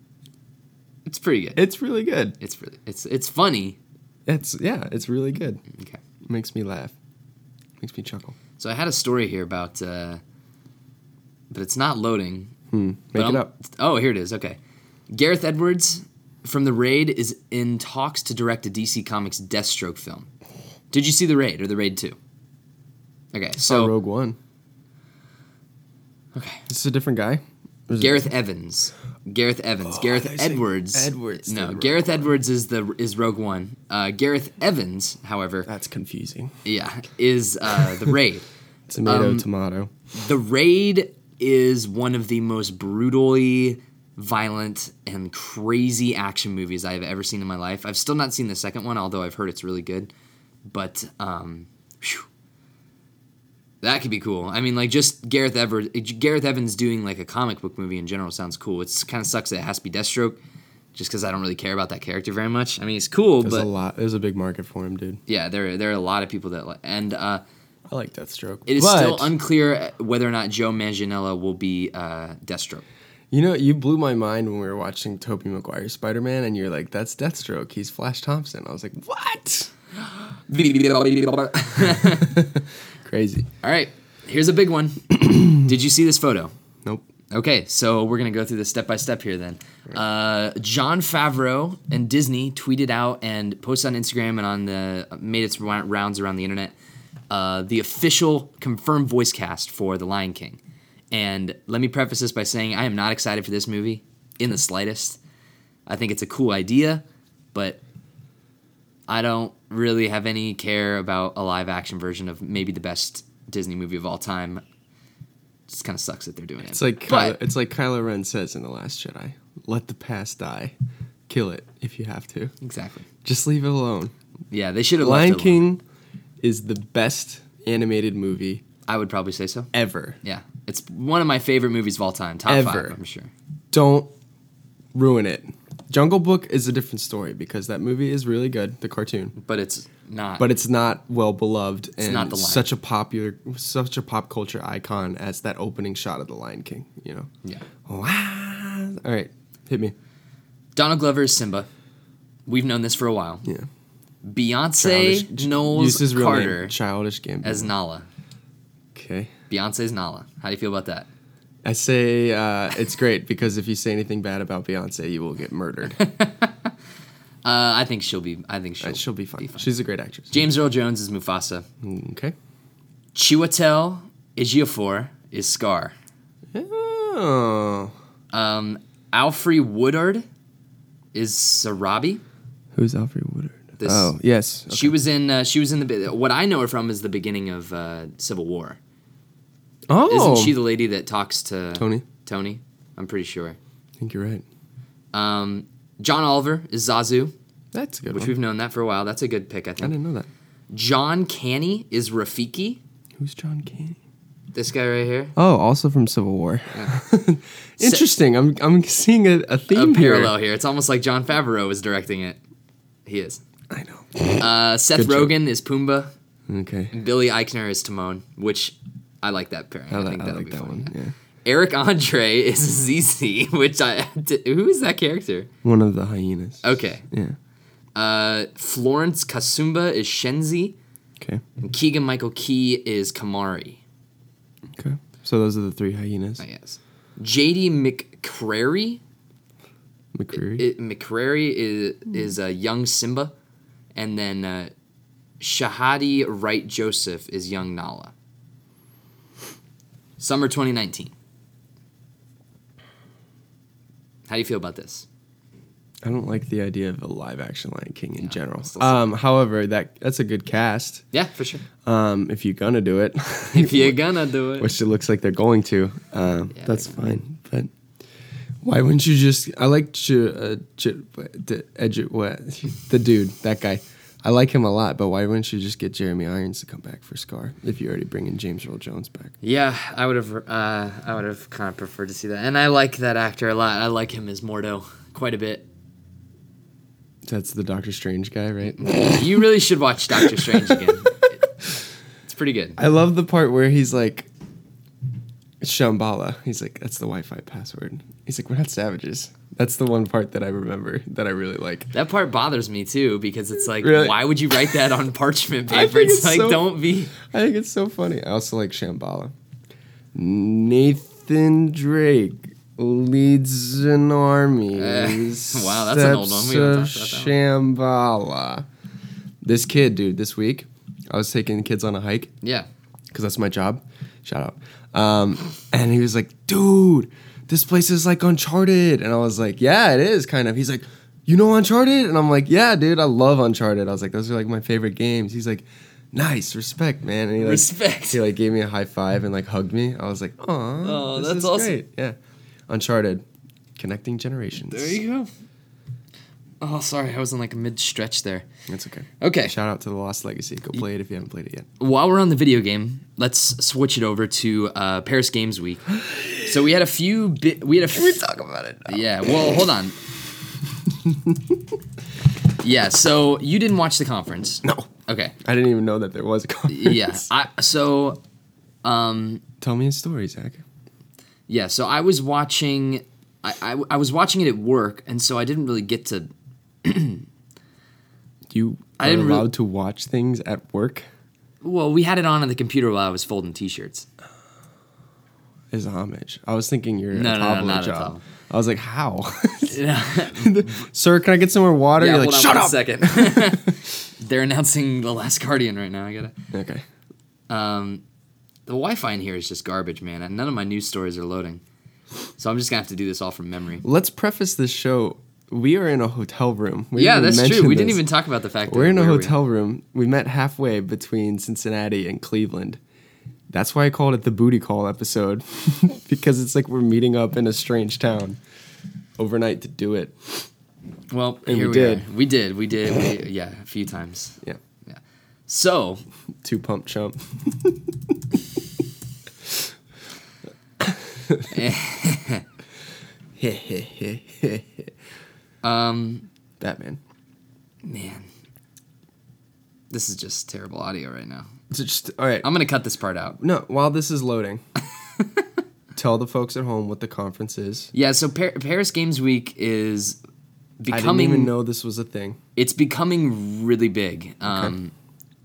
It's pretty good. It's really good. It's really it's it's funny. It's yeah, it's really good. Okay. Makes me laugh. Makes me chuckle. So I had a story here about, uh, but it's not loading. Hmm, Make But it I'm- up. Oh, here it is. Okay. Gareth Edwards from The Raid is in talks to direct a DC Comics Deathstroke film. Did you see The Raid or The Raid 2? Okay, Oh, so Rogue One. okay. This is a different guy. Or is it- Gareth Evans. Gareth Evans. Gareth Oh, thought you said Edwards. Edwards No, did Rogue Gareth Edwards is the is Rogue One. Uh, Gareth Evans, however, That's confusing. yeah, is uh, the Raid. Tomato, Um, tomato. The Raid is one of the most brutally violent and crazy action movies I have ever seen in my life. I've still not seen the second one, although I've heard it's really good. But um, phew. that could be cool. I mean, like just Gareth Evers, Gareth Evans doing like a comic book movie in general sounds cool. It's kind of sucks that it has to be Deathstroke, just because I don't really care about that character very much. I mean, it's cool, There's but a lot. There's a big market for him, dude. yeah, there there are a lot of people that like, and uh, I like Deathstroke. it is but, still unclear uh, whether or not Joe Manganiello will be uh, Deathstroke. you know, you blew my mind when we were watching Tobey Maguire's Spider Man, and you're like, "That's Deathstroke. He's Flash Thompson." I was like, "What? All Crazy." right, here's a big one. Did you see this photo? Nope. Okay, so we're gonna go through this step by step here. Then, uh, John Favreau and Disney tweeted out and posted on Instagram and on the made its rou- rounds around the internet uh, the official confirmed voice cast for The Lion King. And let me preface this by saying I am not excited for this movie in the slightest. I think it's a cool idea, but I don't really have any care about a live action version of maybe the best Disney movie of all time. Just kind of sucks that they're doing it. It's like uh, but Kylo, it's like Kylo Ren says in the Last Jedi: "Let the past die, kill it if you have to. exactly. Just leave it alone." Yeah, they should have left Lion it alone. King is the best animated movie I would probably say so. ever. Yeah, it's one of my favorite movies of all time. Top Ever. five, I'm sure. Don't ruin it. Jungle Book is a different story because that movie is really good, the cartoon, But it's not. but it's not well beloved and not The Lion. such a popular, such a pop culture icon as that opening shot of the Lion King. You know. yeah, Wow. All right, hit me. Donald Glover is Simba. We've known this for a while. Yeah. Beyonce Knowles use his real name, Carter Childish Gambino. as Nala. okay. Beyonce's Nala. How do you feel about that? I say uh, it's great because if you say anything bad about Beyonce, you will get murdered. Uh, I think she'll be. I think she'll. She'll be fine. She's a great actress. Mm, James Earl Jones is Mufasa. Okay. Chiwetel Ejiofor is Scar. Oh. Um, Alfre Woodard is Sarabi. Who's Alfred Woodard? This- oh, yes. Okay. She was in. Uh, she was in the. be- What I know her from is the beginning of uh, Civil War. oh. Isn't she the lady that talks to Tony? Tony, I'm pretty sure. I think you're right. Um, John Oliver is Zazu, That's a good which one. we've known that for a while. That's a good pick, I I think. didn't know that. John Canny is Rafiki. Who's John Candy? This guy right here. Oh, also from Civil War. Interesting. I'm I'm seeing a, a A theme here. parallel here. It's almost like John Favreau is directing it. He is. I know. Uh, Seth Good joke. Rogen is Pumbaa. Okay. Billy Eichner is Timon, which I like that pairing. I, I, li- think I that'll like be that fun. one. Yeah. Eric Andre is Zizi, which I. who is that character? One of the hyenas. Okay. Yeah. Uh, Florence Kasumba is Shenzi. Okay. Keegan Michael Key is Kamari, Okay. So those are the three hyenas. I guess. JD McCrary, McCreary. it, McCrary is is a young Simba, and then uh, Shahadi Wright Joseph is young Nala. Summer 2019. How do you feel about this? I don't like the idea of a live action Lion King in general. it's also- Um, however, that that's a good cast. Yeah, for sure. Um, if you're gonna do it, If you're gonna do it, which it looks like they're going to, um, Yeah, that's they're fine. But Why wouldn't you just? I like Ch- uh, Ch- the Edge- what the dude, that guy. I like him a lot, but why wouldn't you just get Jeremy Irons to come back for Scar if you're already bringing James Earl Jones back? Yeah, I would have. Uh, I would have kind of preferred to see that, and I like that actor a lot. I like him as Mordo quite a bit. That's the Doctor Strange guy, right? You really should watch Doctor Strange again. It's pretty good. I love the part where he's like, Shambhala. He's like, that's the Wi Fi password. He's like, we're not savages. That's the one part that I remember that I really like. That part bothers me too because it's like, Really? why would you write that on parchment I paper? think It's, it's like, so- don't be. I think it's so funny. I also like Shambhala. Nathan Drake leads an army. Eh, wow, that's an old one. We haven't Steps talked of Shambhala. This kid, dude, this week, I was taking kids on a hike Yeah. because that's my job. Shout out. Um, and he was like, dude, this place is like Uncharted. And I was like, yeah, it is kind of. He's like, you know Uncharted? And I'm like, yeah, dude, I love Uncharted. I was like, those are like my favorite games. He's like, nice, respect, man. And he like, Respect. He like gave me a high five and like hugged me. I was like, aw, Oh, this that's is awesome. Great. Yeah, Uncharted, connecting generations. There you go. Oh, sorry, I was in like a mid stretch there. That's okay. Okay. Shout out to the Lost Legacy. Go play it if you haven't played it yet. While we're on the video game, let's switch it over to uh, Paris Games Week. So we had a few. Bi- we had a. F- Talk about it. yeah. Well, hold on. yeah. So you didn't watch the conference. No, Okay. I didn't even know that there was a conference. Yeah. I, so um, Tell me a story, Zach. Yeah, so I was watching, I, I, I was watching it at work, and so I didn't really get to. You I are didn't really- allowed to watch things at work Well, we had it on on the computer while I was folding t-shirts. is a homage. I was thinking you're No, a no, no, Pablo not a job. Pablo. I was like, how? yeah, Sir, can I get some more water? you're like, hold on shut one up. second. They're announcing the Last Guardian right now. I gotta. Okay. The Wi-Fi in here is just garbage, man. and None of my news stories are loading, so I'm just gonna have to do this all from memory. Let's preface this show. We are in a hotel room. We yeah, didn't that's true. mention We didn't this. even talk about the fact that We're in a where we- hotel room. We met halfway between Cincinnati and Cleveland. That's why I called it the booty call episode because it's like we're meeting up in a strange town overnight to do it. Well, And here we we, did. Are. We did. We did. We, yeah, a few times. Yeah. Yeah. So Two pump chump. Um. Batman. Man, this is just terrible audio right now. So just all right. I'm gonna cut this part out. No, while this is loading, tell the folks at home what the conference is. Yeah, so Par- Paris Games Week is I becoming. didn't even know this was a thing. It's becoming really big. Um,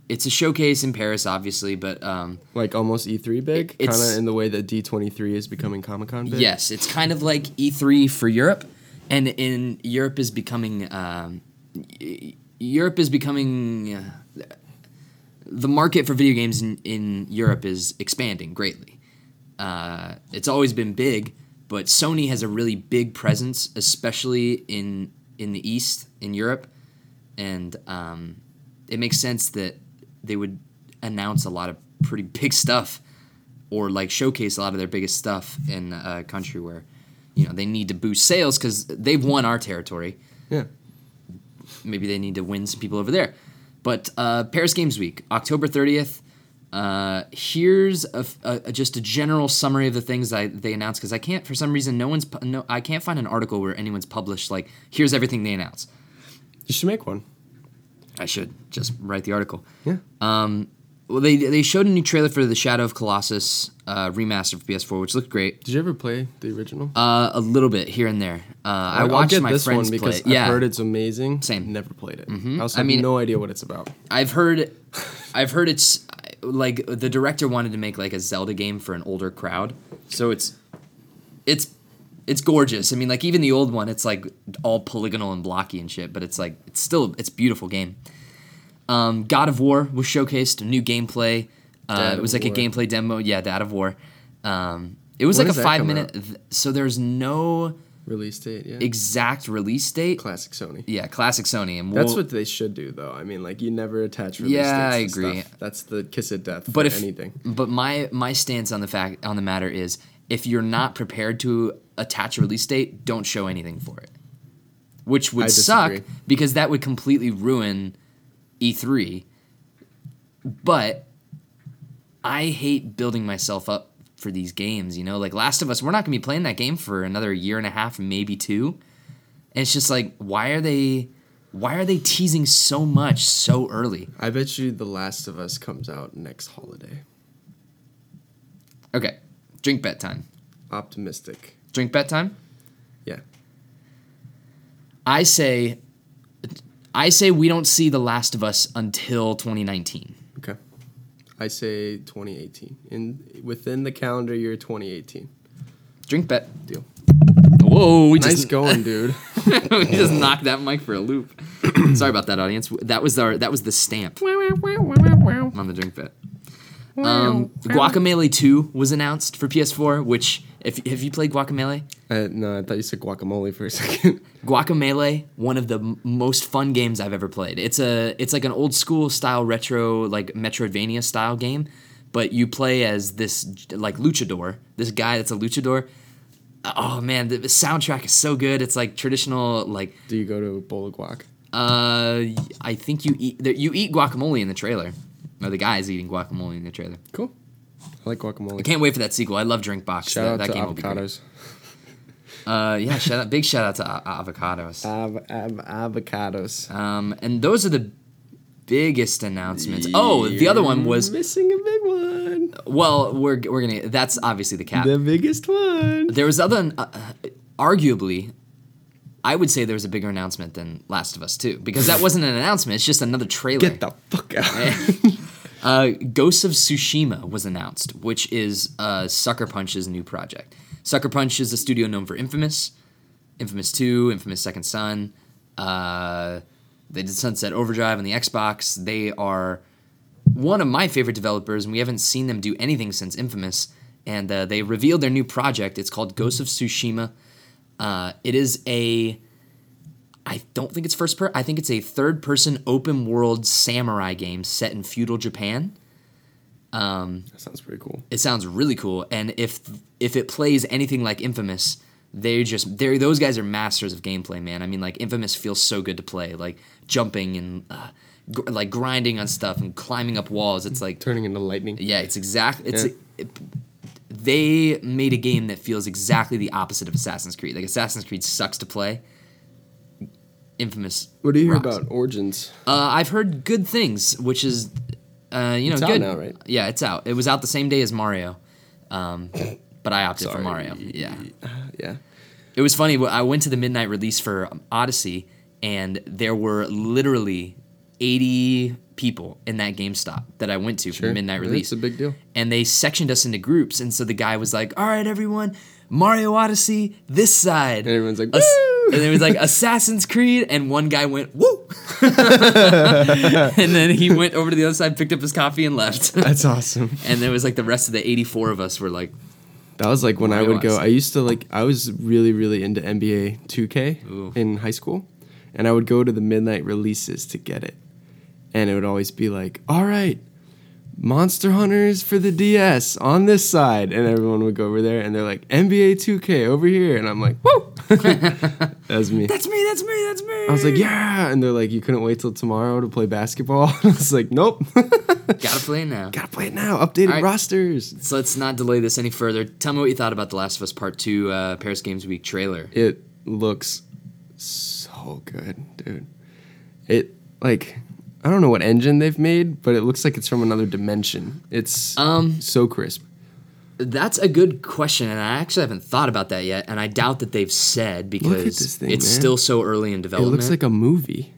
It's a showcase in Paris, obviously, but um, Like almost E3 big, kind It's- of in the way that D23 is becoming Comic Con big. yes, it's kind of like E3 for Europe, and in Europe is becoming. Um, y- Europe is becoming. Uh, the market for video games in, in Europe is expanding greatly. uh, it's always been big, but Sony has a really big presence, especially in in the East in Europe, and um, it makes sense that they would announce a lot of pretty big stuff, or like showcase a lot of their biggest stuff in a country where, you know, they need to boost sales because they've won our territory Yeah. maybe they need to win some people over there. But uh, Paris Games Week, October 30th. Uh, here's a, a- a- just a general summary of the things I, they announced because I can't for some reason no one's pu- no I can't find an article where anyone's published like here's everything they announced. You should make one. I should just write the article. Yeah. Well, they they showed a new trailer for the Shadow of Colossus uh, remaster for PS4, which looked great. Did you ever play the original? Uh, a little bit here and there. Uh, I I'll watched get my this friends one play. because it. yeah, I've heard it's amazing. Same. Mm-hmm. Never played it. I also I have mean- no idea what it's about. I've heard, I've heard it's like the director wanted to make like a Zelda game for an older crowd, so it's, it's, it's gorgeous. I mean, like even the old one, it's like all polygonal and blocky and shit, but it's like it's still it's a beautiful game. Um, God of War was showcased, new gameplay. Uh, Dad it of was like War. a gameplay demo. Yeah, Dad of War. Um, it was When like a does that come five minute. Th- so there's no Release date, yeah. exact release date. Classic Sony. yeah, classic Sony, and we'll, That's what they should do, though. I mean, like you never attach release Yeah, dates I to agree. Stuff. That's the kiss of death. but for if anything, but my my stance on the fact on the matter is if you're not prepared to attach a release date don't show anything for it which would I suck disagree. because that would completely ruin E3 but I hate building myself up for these games you know like Last of Us we're not going to be playing that game for another year and a half maybe two and it's just like why are they why are they teasing so much so early I bet you The Last of Us comes out next holiday. okay drink bet time Optimistic. drink bet time Yeah. I say, I say we don't see The Last of Us until 2019. Okay. I say 2018. In within the calendar year 2018. Drink bet. Deal. Whoa, we Nice just going, dude. we just knocked that mic for a loop. Sorry about that, audience. That was our that was the stamp on the drink bet. Um, Guacamole 2 was announced for PS4. Which, if have you played Guacamole? Uh, no, I thought you said guacamole for a second. Guacamele, one of the m- most fun games I've ever played. It's a it's like an old school style retro like Metroidvania style game, but you play as this like luchador, this guy that's a luchador. Oh man, the the soundtrack is so good. It's like traditional like Do you go to a bowl of guac? uh I think you eat there- you eat guacamole in the trailer. No, the guy is eating guacamole in the trailer. Cool. I like guacamole. Can't wait for that sequel. I love Drink Box. Shout that out that to game will be great. avocados. Uh yeah, shout out big shout out to a- avocados. Av- av- avocados. Um, and those are the biggest announcements. Oh, the other one was missing a big one. well, we're we're gonna. That's obviously the cap. The biggest one. There was other, uh, uh, arguably, I would say there was a bigger announcement than Last of Us Two because that wasn't an announcement. It's just another trailer. Get the fuck out. uh, Ghosts of Tsushima was announced, which is uh, Sucker Punch's new project. Sucker Punch is a studio known for Infamous, Infamous Two, Infamous Second Son. Uh, they did Sunset Overdrive on the Xbox. They are one of my favorite developers, and we haven't seen them do anything since Infamous. And uh, they revealed their new project. It's called Ghosts of Tsushima. Uh, it is a I don't think it's first person. I think it's a third person open world samurai game set in feudal Japan. That sounds pretty cool. It sounds really cool, and if if it plays anything like Infamous, they just they are those guys are masters of gameplay, man. I mean, like Infamous feels so good to play, like jumping and uh, gr- like grinding on stuff and climbing up walls. It's like Turning into lightning. yeah, it's exactly it's Yeah. it, they made a game that feels exactly the opposite of Assassin's Creed. Like Assassin's Creed sucks to play. Infamous. What do you hear rocks. about Origins? Uh, I've heard good things, which is, uh, you know, It's out good. now, right? Yeah, it's out. It was out the same day as Mario, um, but I opted for Sorry. Mario. Yeah, Yeah. it was funny. wh- I went to the midnight release for um, Odyssey, and there were literally eighty people in that GameStop that I went to for the midnight release. It's a big deal. And they sectioned us into groups, and so the guy was like, "All right, everyone, Mario Odyssey this side." And everyone's like, Ass- woo! and it was like Assassin's Creed, and one guy went woo, and then he went over to the other side, picked up his coffee, and left. That's awesome. and there was like the rest of the eighty-four of us were like, That was like when I would go. Realized. I used to like. I was really, really into NBA 2K in high school, and I would go to the midnight releases to get it, and it would always be like, "All right, Monster Hunters for the DS on this side," and everyone would go over there, and they're like, "NBA 2K over here," and I'm like, "Woo!" that was me. "That's me, that's me, that's me." I was like, "Yeah," and they're like, "You couldn't wait till tomorrow to play basketball." I was like, "Nope, "Gotta play now." gotta play it now. Updated right. rosters." So let's not delay this any further. Tell me what you thought about the Last of Us Part Two uh, Paris Games Week trailer. it looks so good, dude. It like I don't know what engine they've made, but it looks like it's from another dimension. It's um so crisp. That's a good question, and I actually haven't thought about that yet. And I doubt that they've said this because thing, it's man. still so early in It development. looks like a movie.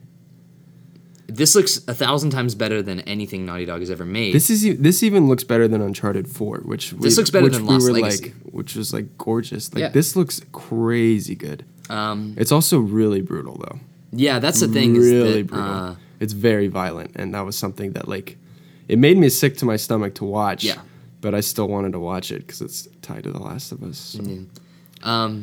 this looks a thousand times better than anything Naughty Dog has ever made. This is e- this even looks better than Uncharted Four, which we, This looks better which than we Lost were Legacy. like, which was like gorgeous. Like Yeah. this looks crazy good. Um, it's also really brutal though. yeah, that's the thing. really is that, brutal. uh, it's very violent, and that was something that like it made me sick to my stomach to watch. Yeah. But I still wanted to watch it because it's tied to The Last of Us. so.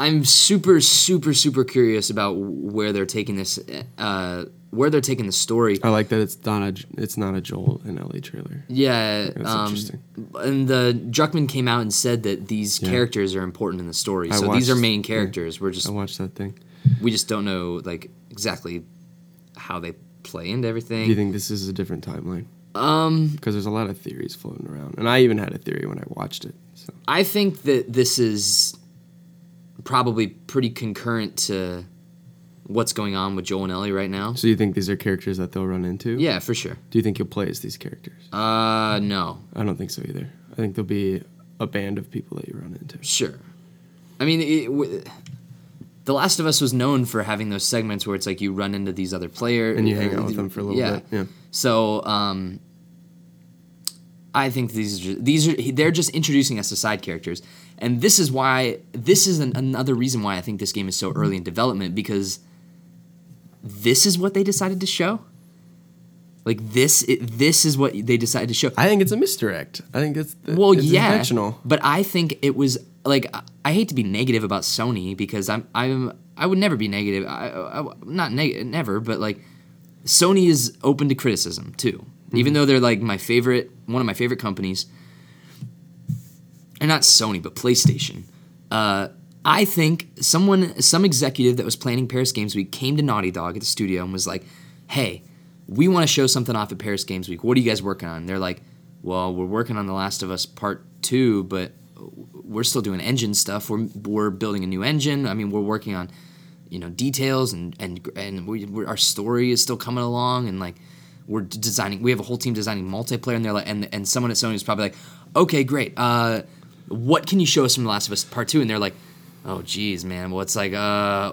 I'm super, super, super curious about where they're taking this, uh, where they're taking the story. I like that it's not a it's not a Joel and Ellie trailer. Yeah, That's um, interesting. and the Druckman came out and said that these characters are important in the story. so these are watched- main yeah. characters. We're just I watched that thing. we just don't know like exactly how they play into everything. Do you think this is a different timeline? Um, because there's a lot of theories floating around, and I even had a theory when I watched it. So I think that this is probably pretty concurrent to what's going on with Joel and Ellie right now. So you think these are characters that they'll run into? Yeah, for sure. Do you think you'll play as these characters? Uh, no, I don't think so either. I think there'll be a band of people that you run into. sure. I mean, it, w- The Last of Us was known for having those segments where it's like you run into these other players And you hang out with them for a little bit, yeah. So, um, I think these are ju- these are they're just introducing us to side characters, and this is why this is an, another reason why I think this game is Mm-hmm. so early in development because this is what they decided to show. Like this, i this is what they decided to show. I think it's a misdirect. I think it's the, well, it's yeah, intentional. but I think it was like I- I hate to be negative about Sony because I'm I'm I would never be negative. I, I not neg- never, but like Sony is open to criticism too, Mm-hmm. even though they're like my favorite, one of my favorite companies. And not Sony, but PlayStation. Uh, I think someone, some executive that was planning Paris Games Week came to Naughty Dog at the studio and was like, "Hey, we want to show something off at Paris Games Week. What are you guys working on?" And they're like, "Well, we're working on The Last of Us Part Two, but we're still doing engine stuff. We're we're building a new engine. I mean, we're working on." you know details and and and we, we, our story is still coming along and like we're d- designing we have a whole team designing multiplayer and they're like and and someone at Sony was probably like okay great uh what can you show us from The Last of Us Part Two and they're like oh geez man well it's like uh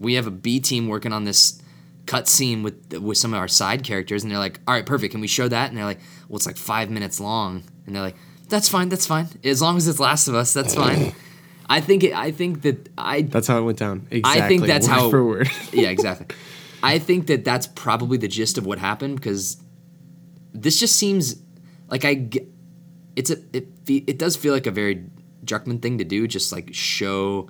we have a B team working on this cutscene with with some of our side characters and they're like all right perfect can we show that and they're like well it's like five minutes long and they're like that's fine that's fine as long as it's Last of Us that's fine. I think it, I think that I That's how it went down. Exactly. I think that's word how for word. yeah, exactly. I think that that's probably the gist of what happened because this just seems like I g- it's a it fe- it does feel like a very Druckman thing to do, just like show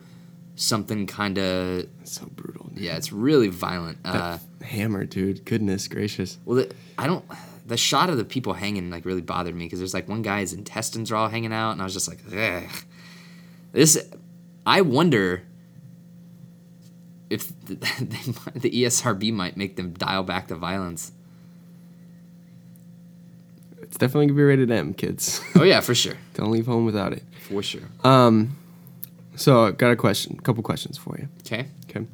something kind of That's so brutal. Dude. yeah, it's really violent. Uh, Hammer, dude. Goodness gracious. well, the, I don't. The shot of the people hanging like really bothered me because there's like one guy's intestines are all hanging out, and I was just like, Ugh. this. I wonder if the, they might- the E ESRB might make them dial back the violence. It's definitely gonna be rated M, kids. Oh yeah, for sure, Don't leave home without it. for sure. So, I got a question. A couple questions for you. Okay. Okay.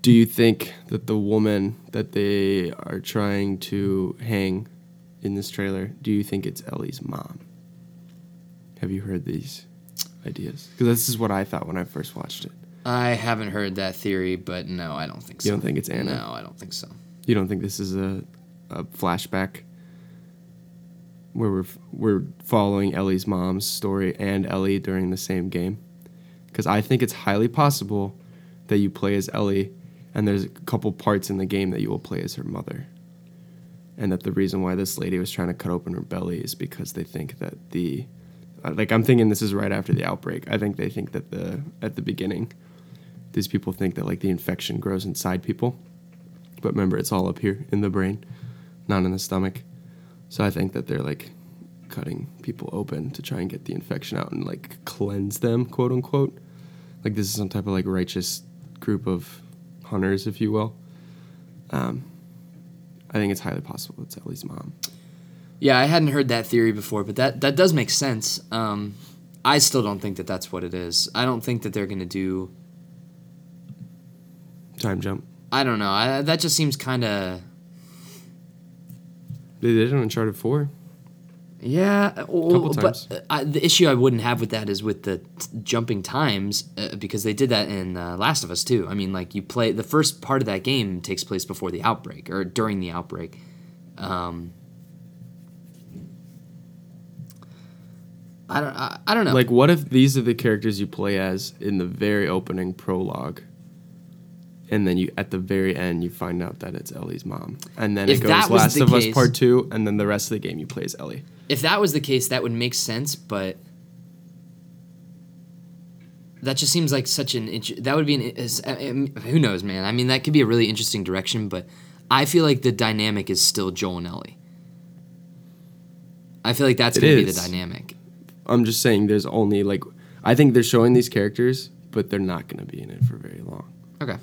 Do you think that the woman that they are trying to hang in this trailer, do you think it's Ellie's mom? Have you heard these ideas? Because this is what I thought when I first watched it. I haven't heard that theory, but no, I don't think so. You don't think it's Anna? No, I don't think so. You don't think this is a, a flashback where we're f- we're following Ellie's mom's story and Ellie during the same game? Because I think it's highly possible that you play as Ellie, and there's a couple parts in the game that you will play as her mother, and that the reason why this lady was trying to cut open her belly is because they think that the uh, like I'm thinking this is right after the outbreak. I think they think that the at the beginning, these people think that like the infection grows inside people. But remember, it's all up here in the brain, not in the stomach. So I think that they're like cutting people open to try and get the infection out and like cleanse them, quote unquote. Like this is some type of like righteous group of hunters, if you will. Um, I think it's highly possible it's Ellie's mom. Yeah, I hadn't heard that theory before, but that that does make sense. Um, I still don't think that that's what it is. I don't think that they're gonna do. Time jump. I don't know. I, that just seems kind of They did it on Uncharted 4. yeah. Couple Well, times. But I, the issue I wouldn't have with that is with the t- jumping times uh, because they did that in uh, Last of Us too. I mean, like you play the first part of that game takes place before the outbreak or during the outbreak. Um, I don't. I, I don't know. Like, what if these are the characters you play as in the very opening prologue, and then you at the very end you find out that it's Ellie's mom, and then If it goes that was Last the of Us case- Part Two, and then the rest of the game you play as Ellie. if that was the case, that would make sense, but that just seems like such an int- that would be an is, I- I- who knows, man. I mean, that could be a really interesting direction, but I feel like the dynamic is still Joel and Ellie. I feel like that's It gonna be the is. dynamic. I'm just saying there's only like I think they're showing these characters, but they're not going to be in it for very long. Okay.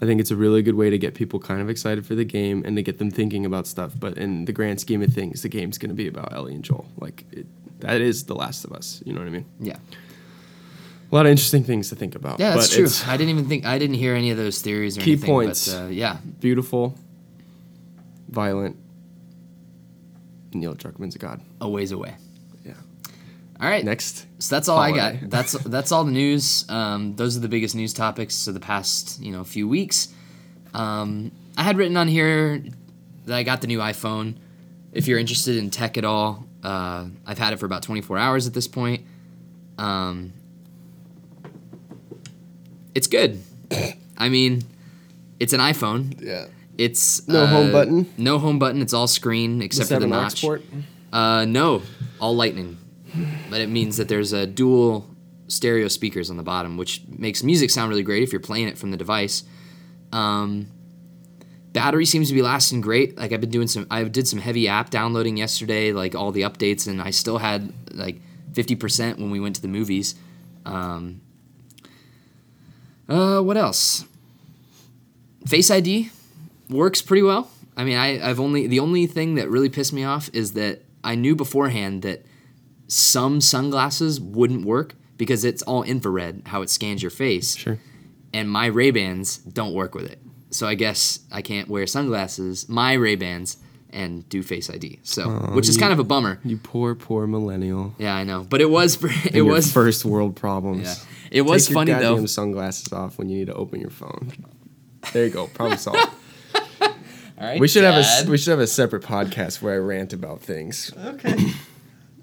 I think it's a really good way to get people kind of excited for the game and to get them thinking about stuff. But in the grand scheme of things, the game's going to be about Ellie and Joel. Like it, that is The Last of Us. You know what I mean? Yeah. A lot of interesting things to think about. Yeah, that's but true. It's I didn't even think I didn't hear any of those theories or Key anything. points. But, uh, yeah. beautiful, violent. Neil Druckmann's a god. A ways away. Yeah. All right. Next. So that's all I holiday. got. That's that's all the news. Um, those are the biggest news topics of the past you know few weeks. Um, I had written on here that I got the new iPhone. If you're interested in tech at all, uh, I've had it for about 24 hours at this point. Um, it's good. I mean, it's an iPhone. Yeah. It's uh, No home button? No home button. It's all screen except for the notch. Uh, no, all lightning. But it means that there's a dual stereo speakers on the bottom, which makes music sound really great if you're playing it from the device. Um, battery seems to be lasting great. Like I've been doing some, I did some heavy app downloading yesterday, like all the updates, and I still had like 50% when we went to the movies. Um, uh, what else? Face ID works pretty well. I mean, I, I've only the only thing that really pissed me off is that I knew beforehand that some sunglasses wouldn't work because it's all infrared how it scans your face. Sure. And my Ray Bans don't work with it, so I guess I can't wear sunglasses, my Ray Bans, and do Face ID. So, which is Oh, you- kind of a bummer. You poor, poor millennial. Yeah, I know, but it was it Your was first world problems. yeah. it was Take funny your goddamn though. Sunglasses off when you need to open your phone. There you go. Problem solved. All right, We should have a Dad. s- we should have a separate podcast where I rant about things.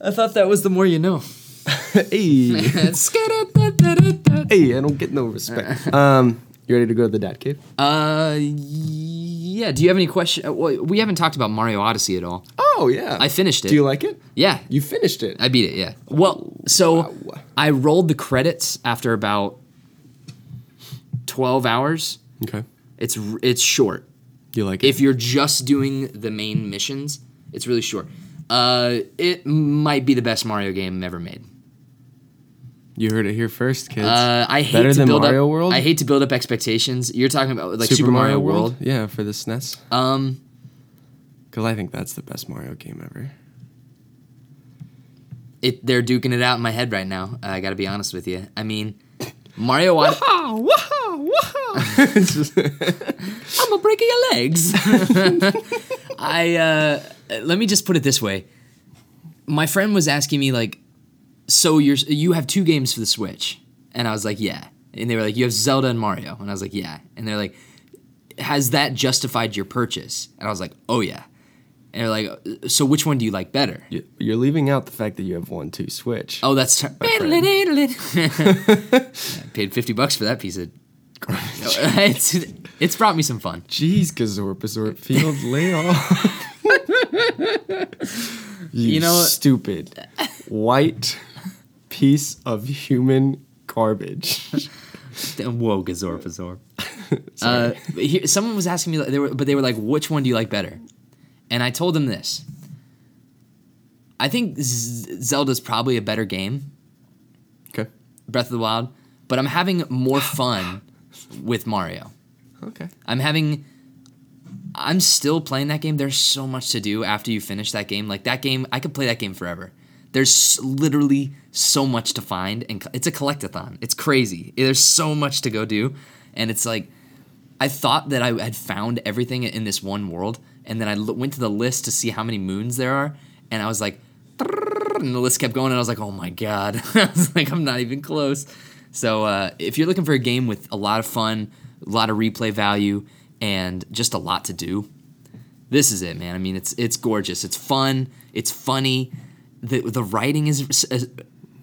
I thought that was the more you know. hey, Skidda-da-da-da-da. hey, I don't get no respect. Um, you ready to go to the dat cave? Uh, yeah. Do you have any question? uh, Well, we haven't talked about Mario Odyssey at all. Oh yeah, I finished it. Do you like it? Yeah, You finished it. I beat it. Yeah. Well, so Wow. I rolled the credits after about twelve hours. okay, It's r- it's short. you like If you're just doing the main missions, it's really short. Uh, it might be the best Mario game ever made. you heard it here first, kids. Uh, I hate Better to than build Mario up, World? I hate to build up expectations. You're talking about like Super, Mario, World. Yeah, for the SNES. Um, Because I think that's the best Mario game ever. it they're duking it out in my head right now. I got to be honest with you. I mean, Mario Odyssey. Oh, wow, wow. I'm gonna break your legs. I uh, let me just put it this way. My friend was asking me like, so you're you have two games for the Switch, and I was like, yeah. And they were like, you have Zelda and Mario, and I was like, yeah. And they're like, has that justified your purchase? And I was like, oh yeah. And they're like, so which one do you like better? You're leaving out the fact that you have one, two, Switch. Oh, that's ter- I paid fifty bucks for that piece of. it's, it's brought me some fun. Jeez, Gazorpazorp Field, lay off. you, You know- stupid white piece of human garbage. Whoa, Gazorp, Gazorp. Uh, but here, someone was asking me, like, they were, but they were like, "Which one do you like better?" And I told them this. I think Z- Zelda's probably a better game, Okay. Breath of the Wild, but I'm having more fun with Mario. Okay. I'm having. I'm still playing that game. There's so much to do after you finish that game. Like that game, I could play that game forever. There's s- literally so much to find, and co- it's a collectathon. It's crazy. There's so much to go do, and it's like I thought that I had found everything in this one world, and then I l- went to the list to see how many moons there are, and I was like, and the list kept going, and I was like, oh my god, I was like, I'm not even close. So uh, if you're looking for a game with a lot of fun, a lot of replay value, and just a lot to do, this is it, man. I mean, it's it's gorgeous. It's fun. It's funny. The the writing is uh,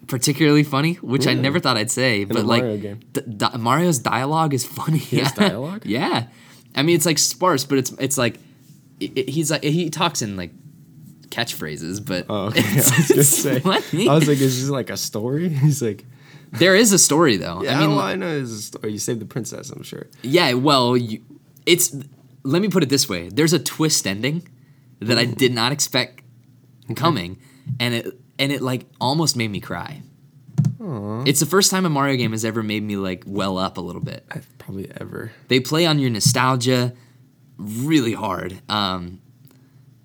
particularly funny, which I never thought I'd say. but like Mario game. d- di- Mario's dialogue is funny. He has dialogue? yeah, I mean it's like sparse, but it's it's like i i- he's like he talks in like catchphrases, but Oh, okay. I was it's, gonna it's say. funny. I was like, is this like a story? He's like, There is a story though. Yeah, I mean, well, I know there's a story. You saved the princess, I'm sure. yeah. Well, you, it's. Let me put it this way: there's a twist ending that I did not expect coming, and it and it like almost made me cry. It's the first time a Mario game has ever made me like well up a little bit. I've probably ever. They play on your nostalgia really hard. Um,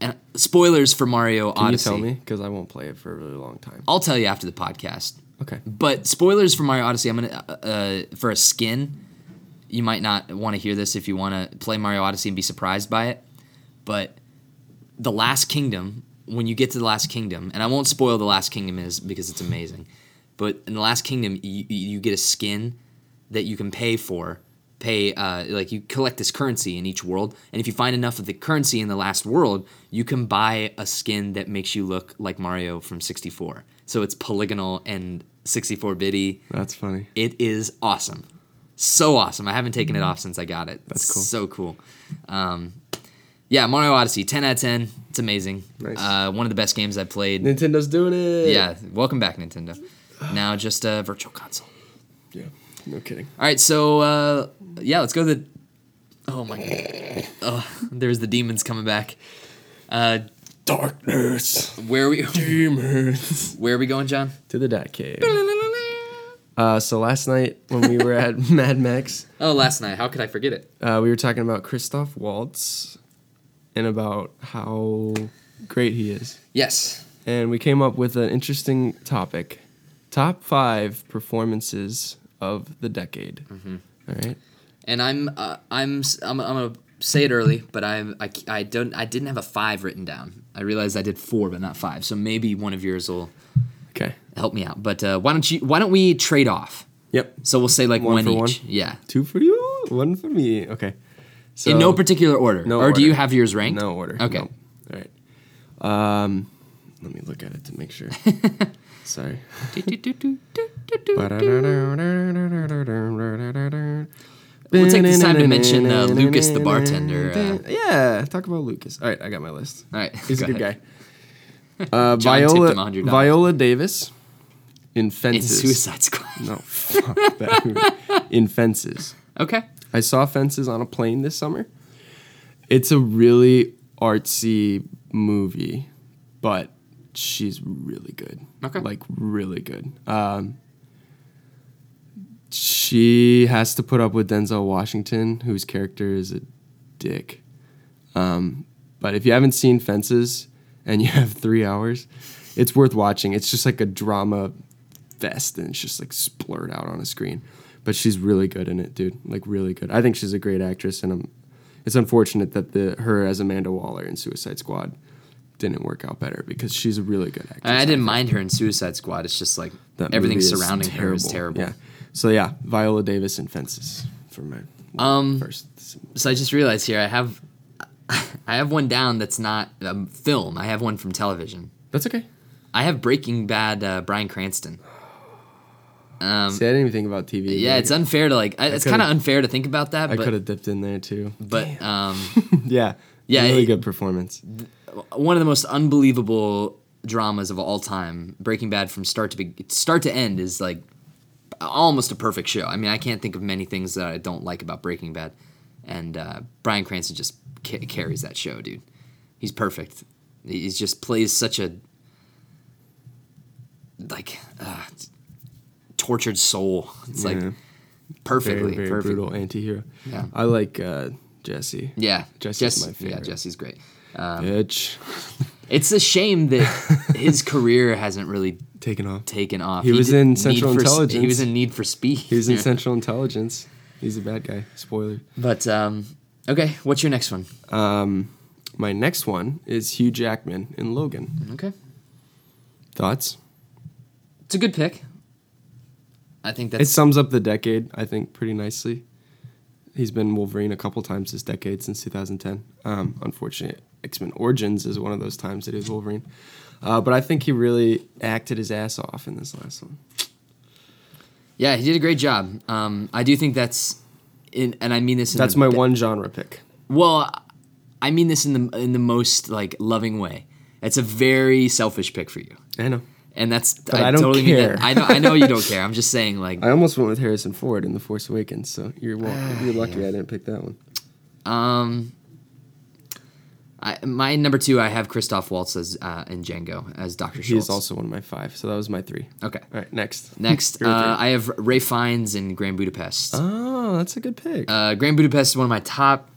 and spoilers for Mario Can you Odyssey. tell me? Because I won't play it for a really long time. I'll tell you after the podcast. Okay. But spoilers for Mario Odyssey. I'm gonna uh, uh, for a skin. You might not want to hear this if you want to play Mario Odyssey and be surprised by it. But the Last Kingdom, when you get to the Last Kingdom, and I won't spoil the Last Kingdom is because it's amazing. But in the Last Kingdom, you, you get a skin that you can pay for. Pay uh, like you collect this currency in each world, and if you find enough of the currency in the last world, you can buy a skin that makes you look like Mario from '64. So it's polygonal and 64 bitty. That's funny. It is awesome. So awesome. I haven't taken it off since I got it. That's cool. So cool. Um, yeah, Mario Odyssey, 10 out of 10. It's amazing. Nice. Uh, one of the best games I've played. Nintendo's doing it. Yeah, welcome back, Nintendo. Now just a virtual console. Yeah. No kidding. All right, so uh, yeah, let's go to the. Oh my god. Oh, there's the demons coming back. Uh, Darkness. where are we Demons. where are we going, John? to the Dot Cave. Uh, so last night when we were at Mad Max, Oh, last night. How could I forget it? uh, we were talking about Christoph Waltz and about how great he is. Yes. and we came up with an interesting topic top five performances of the decade Mm-hmm. All right and I'm uh, I'm s- I'm I'm gonna say it early, but I'm I, c- I don't I didn't have a five written down. I realized I did four, but not five. So maybe one of yours will okay help me out. But uh, why don't you why don't we trade off? yep So we'll say like One one, for one? each. Yeah. two for you one for me okay so In no particular order. No or do you order. have yours ranked? no order Okay. no. all right um let me look at it to make sure sorry We'll take this time to mention, uh, Lucas the bartender, uh, yeah, talk about Lucas. All right, I got my list. All right, he's a go good ahead. guy. Uh, John tipped him Viola $100. Viola Davis in In fences. Suicide Squad. No, fuck that. movie. in fences. Okay. I saw Fences on a plane this summer. It's a really artsy movie, but she's really good. Okay. Like really good. Um, she has to put up with Denzel Washington, whose character is a dick. Um, but if you haven't seen Fences and you have three hours, it's worth watching. It's just like a drama fest and it's just like splurred out on a screen. But she's really good in it, dude. Like really good. I think she's a great actress, and I'm. It's unfortunate that the her as Amanda Waller in Suicide Squad didn't work out better because she's a really good actress. I, I didn't mind her in Suicide Squad. It's just like That everything movie is surrounding her is terrible. Yeah. So yeah, Viola Davis and Fences for my Um, first. so I just realized here I have I have one down that's not um, film. I have one from television. That's okay. I have Breaking Bad. Uh, Brian Cranston. See, I didn't even think about TV. um, Yeah, it's unfair to like. I, it's could've- kind of unfair to think about that. I could but have dipped in there too. but um, Yeah. Yeah, Really it- good performance. one of the most unbelievable dramas of all time. Breaking Bad from start to be, start to end is like almost a perfect show. I mean, I can't think of many things that I don't like about Breaking Bad, and uh, Brian Cranston just ca- carries that show, dude. He's perfect. He he just plays such a like uh, tortured soul. It's Yeah. like perfectly Mm-hmm. Very very perfect. brutal anti-hero. Yeah. I like uh, Jesse. Yeah, Jesse's Jess- my Yeah, favorite. Jesse's great. Bitch. It's a shame that his career hasn't really Taken off. taken off. He was did in Need Central for S- He Intelligence. was in Need for Speed. He was in Central Intelligence. He's a bad guy. Spoiler. But um, okay, what's your next one? My next one is Hugh Jackman in Logan. Okay, Thoughts? it's a good pick. I think It that's sums up the decade, I think, pretty nicely. He's been Wolverine a couple times this decade since 2010. Um, unfortunate X Men Origins is one of those times that he's Wolverine. Uh, but I think he really acted his ass off in this last one. yeah. He did a great job. Um, I do think that's in, and I mean this. In That's the my be- one genre pick. Well, I mean this in the in the most like loving way. It's a very selfish pick for you. I know. and that's But I don't totally mean that. care. I know I know you don't care. I'm just saying like I almost went with Harrison Ford in The Force Awakens, so you're wel- Ah, you're lucky I didn't pick that one. um. I, my number two, I have Christoph Waltz as uh, in Django as Doctor Schultz. He's also one of my five, so that was my three. okay. All right, next. Next, Your uh, three. I have Ray Fiennes in Grand Budapest. oh, that's a good pick. Uh, Grand Budapest is one of my top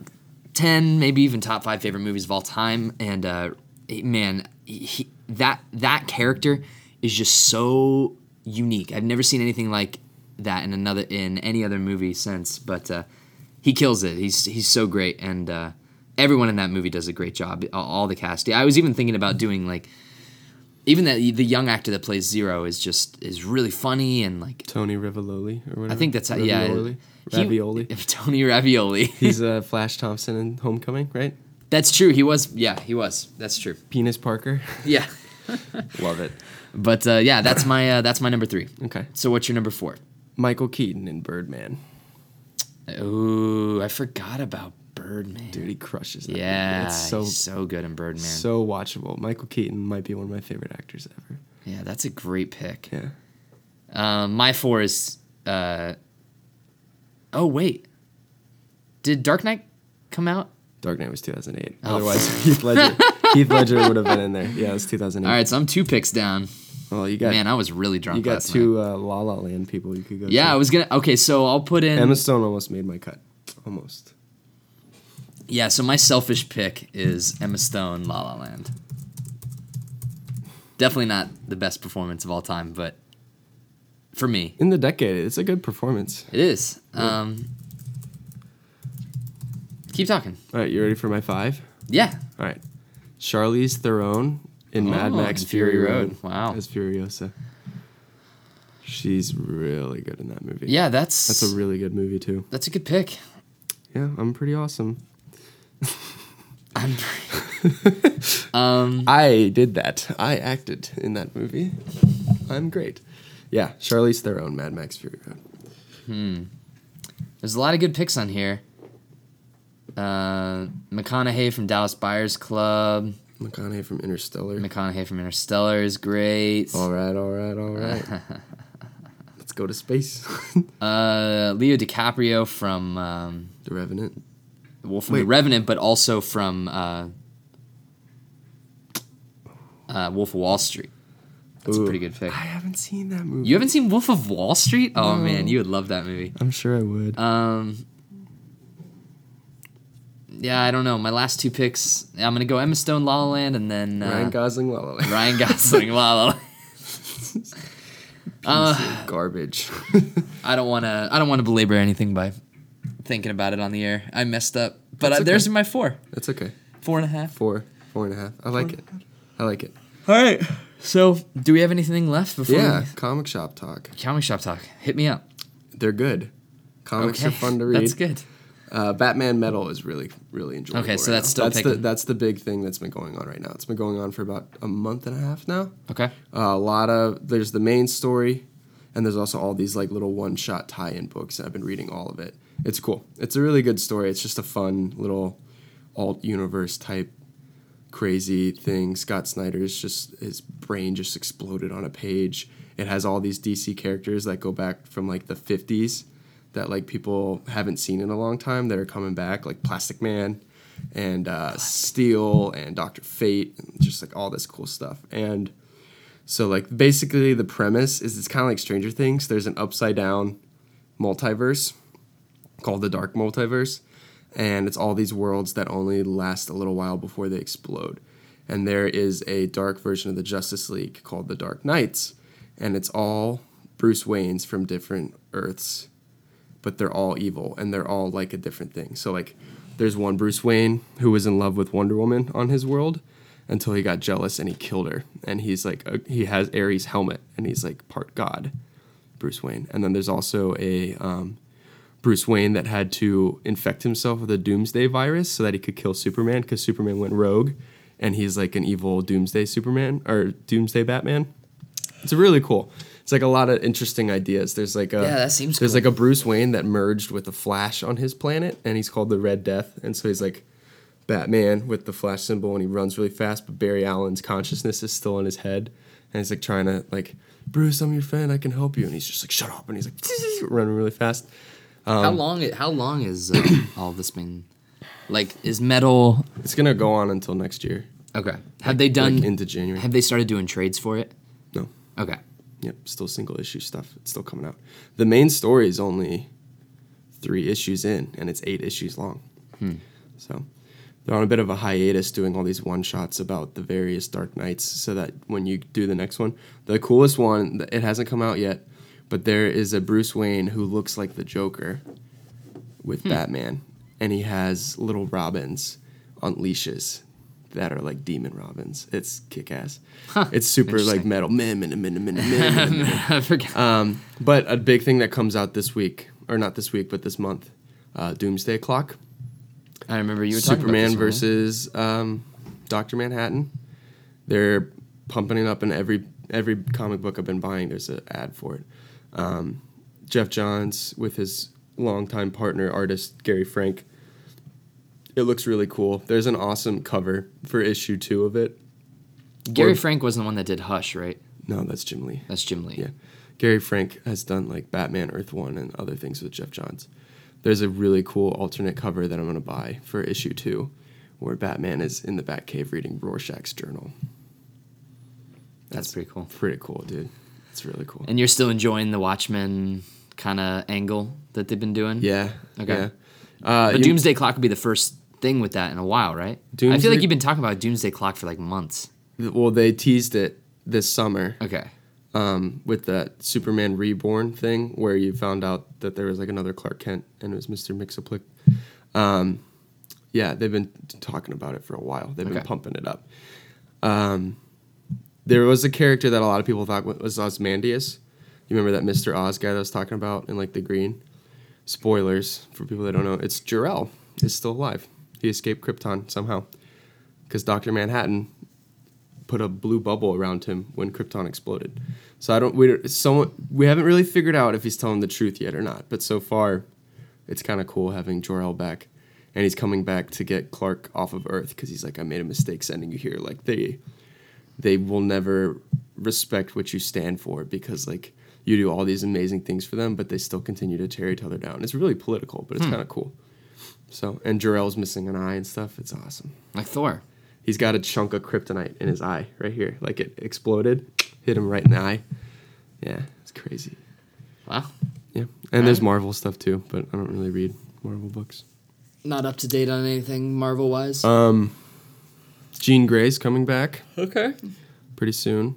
ten, maybe even top five favorite movies of all time. And uh, he- man, he, he- that that character is just so unique. I've never seen anything like that in another in any other movie since. But uh, he kills it. He's he's so great, and uh, everyone in that movie does a great job. All- All the cast. I was even thinking about doing like. Even that the young actor that plays Zero is just is really funny and like Tony Rivoli or whatever. I think that's how, Ravioli. yeah. he- Ravioli. Tony Ravioli. He's uh, Flash Thompson in Homecoming, right? That's true. He was. Yeah, he was. That's true. Penis Parker. Yeah. Love it. But uh, yeah, that's my uh, that's my number three. Okay. So what's your number four? Michael Keaton in Birdman. Ooh, I forgot about Birdman. Dude, he crushes that. yeah, It's so, he's so good in Birdman. so watchable. Michael Keaton might be one of my favorite actors ever. yeah, that's a great pick. Yeah. Um, my four is. Uh, oh wait, did Dark Knight come out? Dark Knight was 2008. Oh. Otherwise, Heath Ledger, Heath Ledger would have been in there. Yeah, it was 2008. All right, so I'm two picks down. Well, you got Man, I was really drunk you got last night. two uh, La La Land people you could go. Yeah, I to. was gonna. Okay, so I'll put in. Emma Stone almost made my cut. Almost. Yeah, so my selfish pick is Emma Stone, La La Land. Definitely not the best performance of all time, but for me, In the decade, it's a good performance. it is. Um, keep talking. All right, you ready for my five? Yeah. All right. Charlize Theron in Mad Oh, Max in Fury, Fury Road. Road. Wow. As Furiosa. She's really good in that movie. Yeah, that's That's a really good movie, too. that's a good pick. Yeah, I'm pretty awesome. I'm um I did that. I acted in that movie. I'm great. Yeah, Charlize Theron, Mad Max Fury Road. there's a lot of good picks on here. Uh McConaughey from Dallas Buyers Club, McConaughey from Interstellar. McConaughey from Interstellar is great. all right, all right, all right. Let's go to space. Uh Leo DiCaprio from um the Revenant. well from Wait. the Revenant, but also from uh, uh, Wolf of Wall Street. That's Ooh. a pretty good pick. I haven't seen that movie. You haven't seen Wolf of Wall Street? Oh man, you would love that movie. I'm sure I would. Um, yeah, I don't know. My last two picks. I'm gonna go Emma Stone, La La Land, and then uh, Ryan Gosling, La La Land. Ryan Gosling, La La. Land. Piece of garbage. I don't wanna. I don't wanna belabor anything by thinking about it on the air. I messed up, but uh, That's okay. there's my four, That's okay. four and a half. Four, four and a half. I like it. I like it. All right. So, do we have anything left before? Yeah, we- comic shop talk. Comic shop talk. Hit me up. They're good. Comics are fun to read. That's good. Uh, Batman Metal is really, really enjoyable. Okay, so right that's now. still that's the picking. that's the big thing that's been going on right now. It's been going on for about a month and a half now. Okay. Uh, a lot of there's the main story, and there's also all these like little one shot tie in books. I've been reading all of it. It's cool. It's a really good story. It's just a fun little alt universe type crazy thing. Scott Snyder's just his brain just exploded on a page. It has all these DC characters that go back from like the 50s that like people haven't seen in a long time that are coming back, like Plastic Man and uh, Steel and Doctor Fate, and just like all this cool stuff. And so like basically the premise is it's kind of like Stranger Things. There's an upside down multiverse called the Dark Multiverse, and it's all these worlds that only last a little while before they explode. And there is a dark version of the Justice League called the Dark Knights, and it's all Bruce Wayne's from different Earths, but they're all evil and they're all like a different thing. So like there's one Bruce Wayne who was in love with Wonder Woman on his world until he got jealous and he killed her. And he's like a, he has Ares' helmet and he's like part god. Bruce Wayne. And then there's also a um, Bruce Wayne that had to infect himself with a doomsday virus so that he could kill Superman because Superman went rogue and he's like an evil doomsday Superman or doomsday Batman. It's really cool. It's like a lot of interesting ideas. There's like a Yeah, that seems there's cool. like a Bruce Wayne that merged with the Flash on his planet and he's called the Red Death and so he's like Batman with the Flash symbol and he runs really fast but Barry Allen's consciousness is still in his head and he's like trying to like, Bruce, I'm your friend. I can help you. And he's just like, shut up. And he's like, running really fast. how Um, long? i- How long is uh, all this been? Like, is metal It's gonna go on until next year. okay? Have they done like into January. Have they started doing trades for it? No. Okay. Yep, still single issue stuff. It's still coming out. The main story is only three issues in, and it's eight issues long. Hmm. So they're on a bit of a hiatus doing all these one shots about the various Dark Knights, so that when you do the next one, the coolest one, th- it hasn't come out yet, but there is a Bruce Wayne who looks like the Joker with Batman, and he has little robins on leashes that are like demon robins. It's kick ass. It's super like metal. Man, man, man, man, man, man, I forgot. but a big thing that comes out this week, or not this week, but this month, uh, Doomsday Clock. I remember you were talking about Superman this one, right? versus um, Doctor Manhattan. They're pumping it up in every every comic book I've been buying. There's an ad for it. Um, Jeff Johns with his longtime partner artist Gary Frank. It looks really cool. There's an awesome cover for issue two of it. Gary or- Frank wasn't the one that did Hush, right? No, that's Jim Lee. That's Jim Lee. Yeah. Gary Frank has done like Batman Earth One and other things with Jeff Johns. There's a really cool alternate cover that I'm gonna buy for issue two, where Batman is in the Batcave reading Rorschach's journal. That's pretty cool. Pretty cool, dude. It's really cool. And you're still enjoying the Watchmen kind of angle that they've been doing? yeah. Okay. Yeah. Uh, But you- Doomsday Clock would be the first thing with that in a while, right? I feel Doomsday- like you've been talking about Doomsday Clock for like months. well, they teased it this summer Okay. um, with that Superman Reborn thing, where you found out that there was like another Clark Kent and it was Mister Mixaplick. Um, yeah, they've been t- talking about it for a while. They've been Okay. pumping it up. Um, there was a character that a lot of people thought was Osmandius. You remember that Mr. Oz guy that I was talking about in like the green? Spoilers for people that don't know. It's Jarrell is still alive. He escaped Krypton somehow because Doctor Manhattan put a blue bubble around him when Krypton exploded. So I don't. We don't- someone we haven't really figured out if he's telling the truth yet or not. But so far, it's kind of cool having Jor El back, and he's coming back to get Clark off of Earth because he's like, I made a mistake sending you here. Like they, they will never respect what you stand for because like you do all these amazing things for them, but they still continue to tear each other down. It's really political, but it's kind of cool. So and Jor El's missing an eye and stuff. It's awesome. Like Thor. He's got a chunk of kryptonite in his eye right here. Like it exploded, hit him right in the eye. Yeah, it's crazy. Wow. Yeah. And there's Marvel stuff too, but I don't really read Marvel books. Not up to date on anything Marvel wise. Uh, Jean Grey's coming back okay. pretty soon.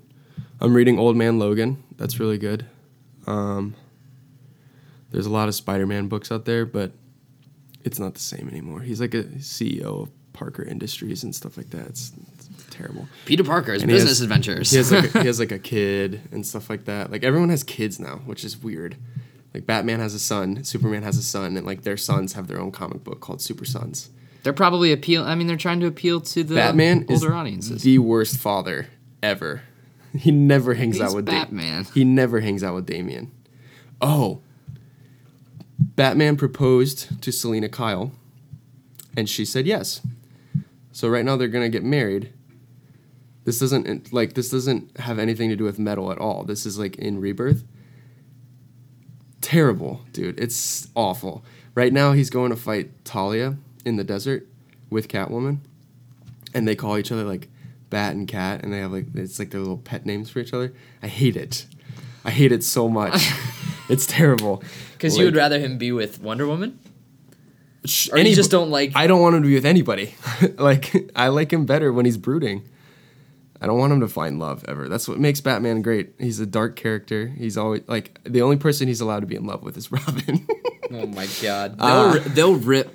I'm reading Old Man Logan. That's really good. Um, there's a lot of Spider-Man books out there, but it's not the same anymore. He's like a CEO of Parker Industries and stuff like that. It's, it's terrible. Peter Parker's he has- Business Adventures. He has like a, he has like a kid and stuff like that. Like everyone has kids now, which is weird. Like Batman has a son, Superman has a son, and like their sons have their own comic book called Super Sons. they're probably appeal. I mean, they're trying to appeal to the Batman older is audiences. the worst father ever. He never hangs He's out with Da- Batman. he never hangs out with Damien. Oh, Batman proposed to Selena Kyle, and she said yes. So right now they're gonna get married. This doesn't like this doesn't have anything to do with metal at all. This is like in rebirth. Terrible, dude. It's awful. Right now he's going to fight Talia in the desert with Catwoman, and they call each other like Bat and Cat, and they have like it's like their little pet names for each other. I hate it. I hate it so much. it's terrible. Because you would Like- rather him be with Wonder Woman? Sh- Or you just don't like- I don't want him to be with anybody. like I like him better when he's brooding. I don't want him to find love ever. That's what makes Batman great. He's a dark character. He's always like the only person he's allowed to be in love with is Robin. Oh my god. Ah. they'll, ri- they'll rip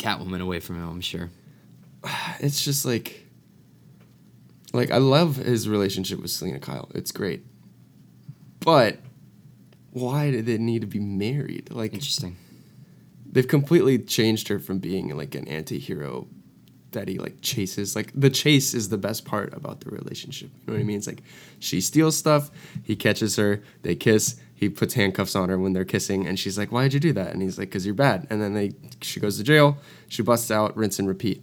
Catwoman away from him. I'm sure. it's just like like I love his relationship with Selena Kyle. It's great. But why did they need to be married? Like Interesting. they've completely changed her from being like an anti-hero that he like chases like the chase is the best part about the relationship you know what i mean it's like she steals stuff he catches her they kiss he puts handcuffs on her when they're kissing and she's like why'd you do that and he's like because you're bad and then they she goes to jail she busts out rinse and repeat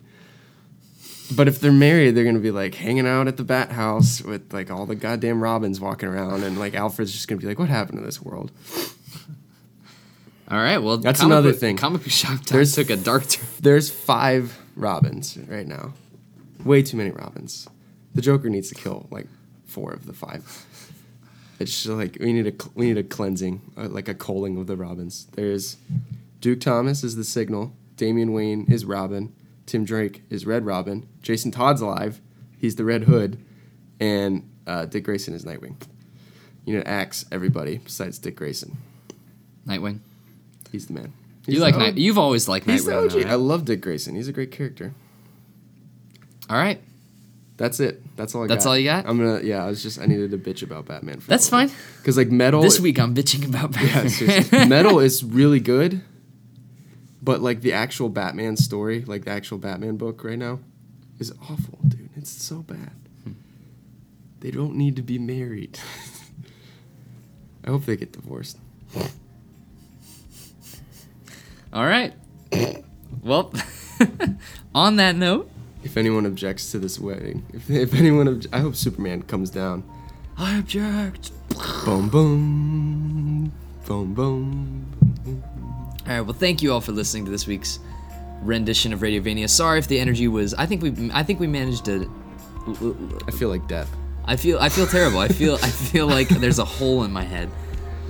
But if they're married, they're gonna be like hanging out at the bat house with like all the goddamn robins walking around, and like Alfred's just gonna be like, "What happened to this world?" All right. Well, That's comic another book- thing. Comic book shop talk There's- took a dark turn. There's five robins right now. Way too many robins. The Joker needs to kill like four of the five. It's just like we need a cl- we need a cleansing, uh, like a culling of the robins. There's Duke Thomas is the Signal. Damian Wayne is Robin. Tim Drake is Red Robin. Jason Todd's alive. He's the Red Hood, and uh, Dick Grayson is Nightwing. You know, axe everybody besides Dick Grayson. Nightwing. He's the man. You He's like the Night? O- You've always liked He's the Nightwing. OG. though, I right? love Dick Grayson. He's a great character. All right. That's it. That's all. I That's got. all you got? I'm gonna. Yeah, I was just. I needed to bitch about Batman. For That's fine. Because like metal This week I'm bitching about Oh, Yeah, Batman. seriously. metal is really good, but like the actual Batman story, like the actual Batman book right now, is awful, dude. It's so bad. Hmm. They don't need to be married. I hope they get divorced. All right. Well, on that note, If anyone objects to this wedding, if, if anyone, obj- I hope Superman comes down. I object. Boom, boom, boom, boom. All right. Well, thank you all for listening to this week's rendition of Radiovania. Sorry if the energy was. I think we. I think we managed to. I feel like death. I feel. I feel terrible. I feel. I feel like there's a hole in my head,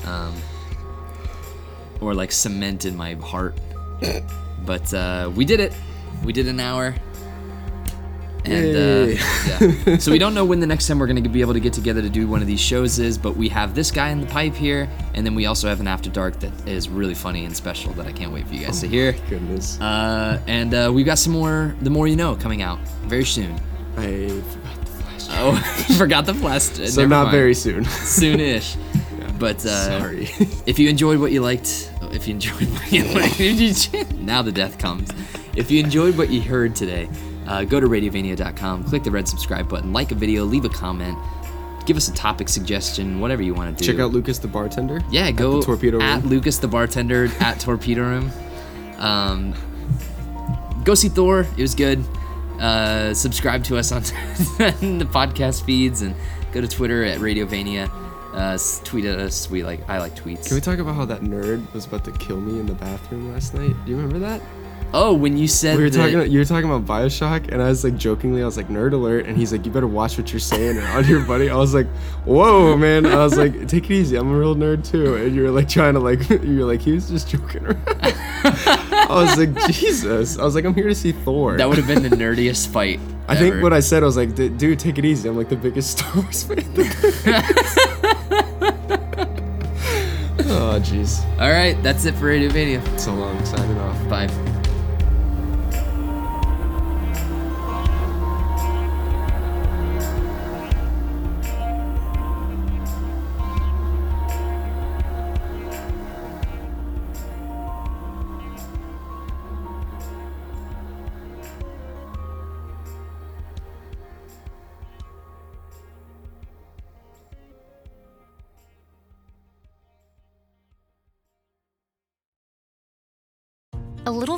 um, or like cement in my heart. But uh, we did it. We did an hour. And uh, Yay. yeah. so we don't know when the next time we're going to be able to get together to do one of these shows is, but we have this guy in the pipe here, and then we also have an after dark that is really funny and special that I can't wait for you guys to hear. Goodness. Uh, and uh, we've got some more The More You Know coming out very soon. I forgot the flash. Oh, forgot the blast. so not very soon. soonish. But uh, Sorry. if you enjoyed what you liked, oh, if you enjoyed what you liked, if you- now the death comes. If you enjoyed what you heard today, uh, go to radiovania.com, click the red subscribe button, like a video, leave a comment, give us a topic suggestion, whatever you want to do. Check out Lucas the bartender. Yeah, go the Torpedo at Room. Lucas the bartender at Torpedo Room. Um, go see Thor. It was good. Uh, subscribe to us on the podcast feeds and go to Twitter at Radiovania. Uh, s- tweet at us. We like I like tweets. Can we talk about how that nerd was about to kill me in the bathroom last night? Do you remember that? oh, when you said We were that- talking. you were talking about Bioshock, and I was like jokingly, I was like nerd alert, and he's like, you better watch what you're saying around your buddy. I was like, whoa, man. I was like, take it easy. I'm a real nerd too. And you were like trying to like, you were like, he was just joking around. I was like, Jesus. I was like, I'm here to see Thor. that would have been the nerdiest fight. I think ever. what I said, I was like, "D- dude, take it easy. I'm like the biggest Star Wars fan. in the country." oh, jeez. All right, that's it for Radiovania. So long. Signing off. Bye. A little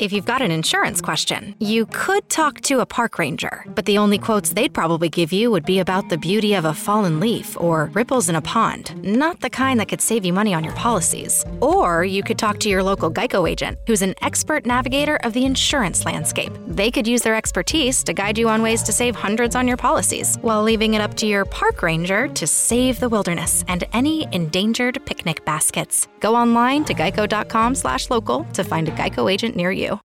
If you've got an insurance question, you could talk to a park ranger, but the only quotes they'd probably give you would be about the beauty of a fallen leaf or ripples in a pond, not the kind that could save you money on your policies. Or you could talk to your local Geico agent, who's an expert navigator of the insurance landscape. They could use their expertise to guide you on ways to save hundreds on your policies, while leaving it up to your park ranger to save the wilderness and any endangered picnic baskets. Go online to geico.com/local to find a Geico agent near you.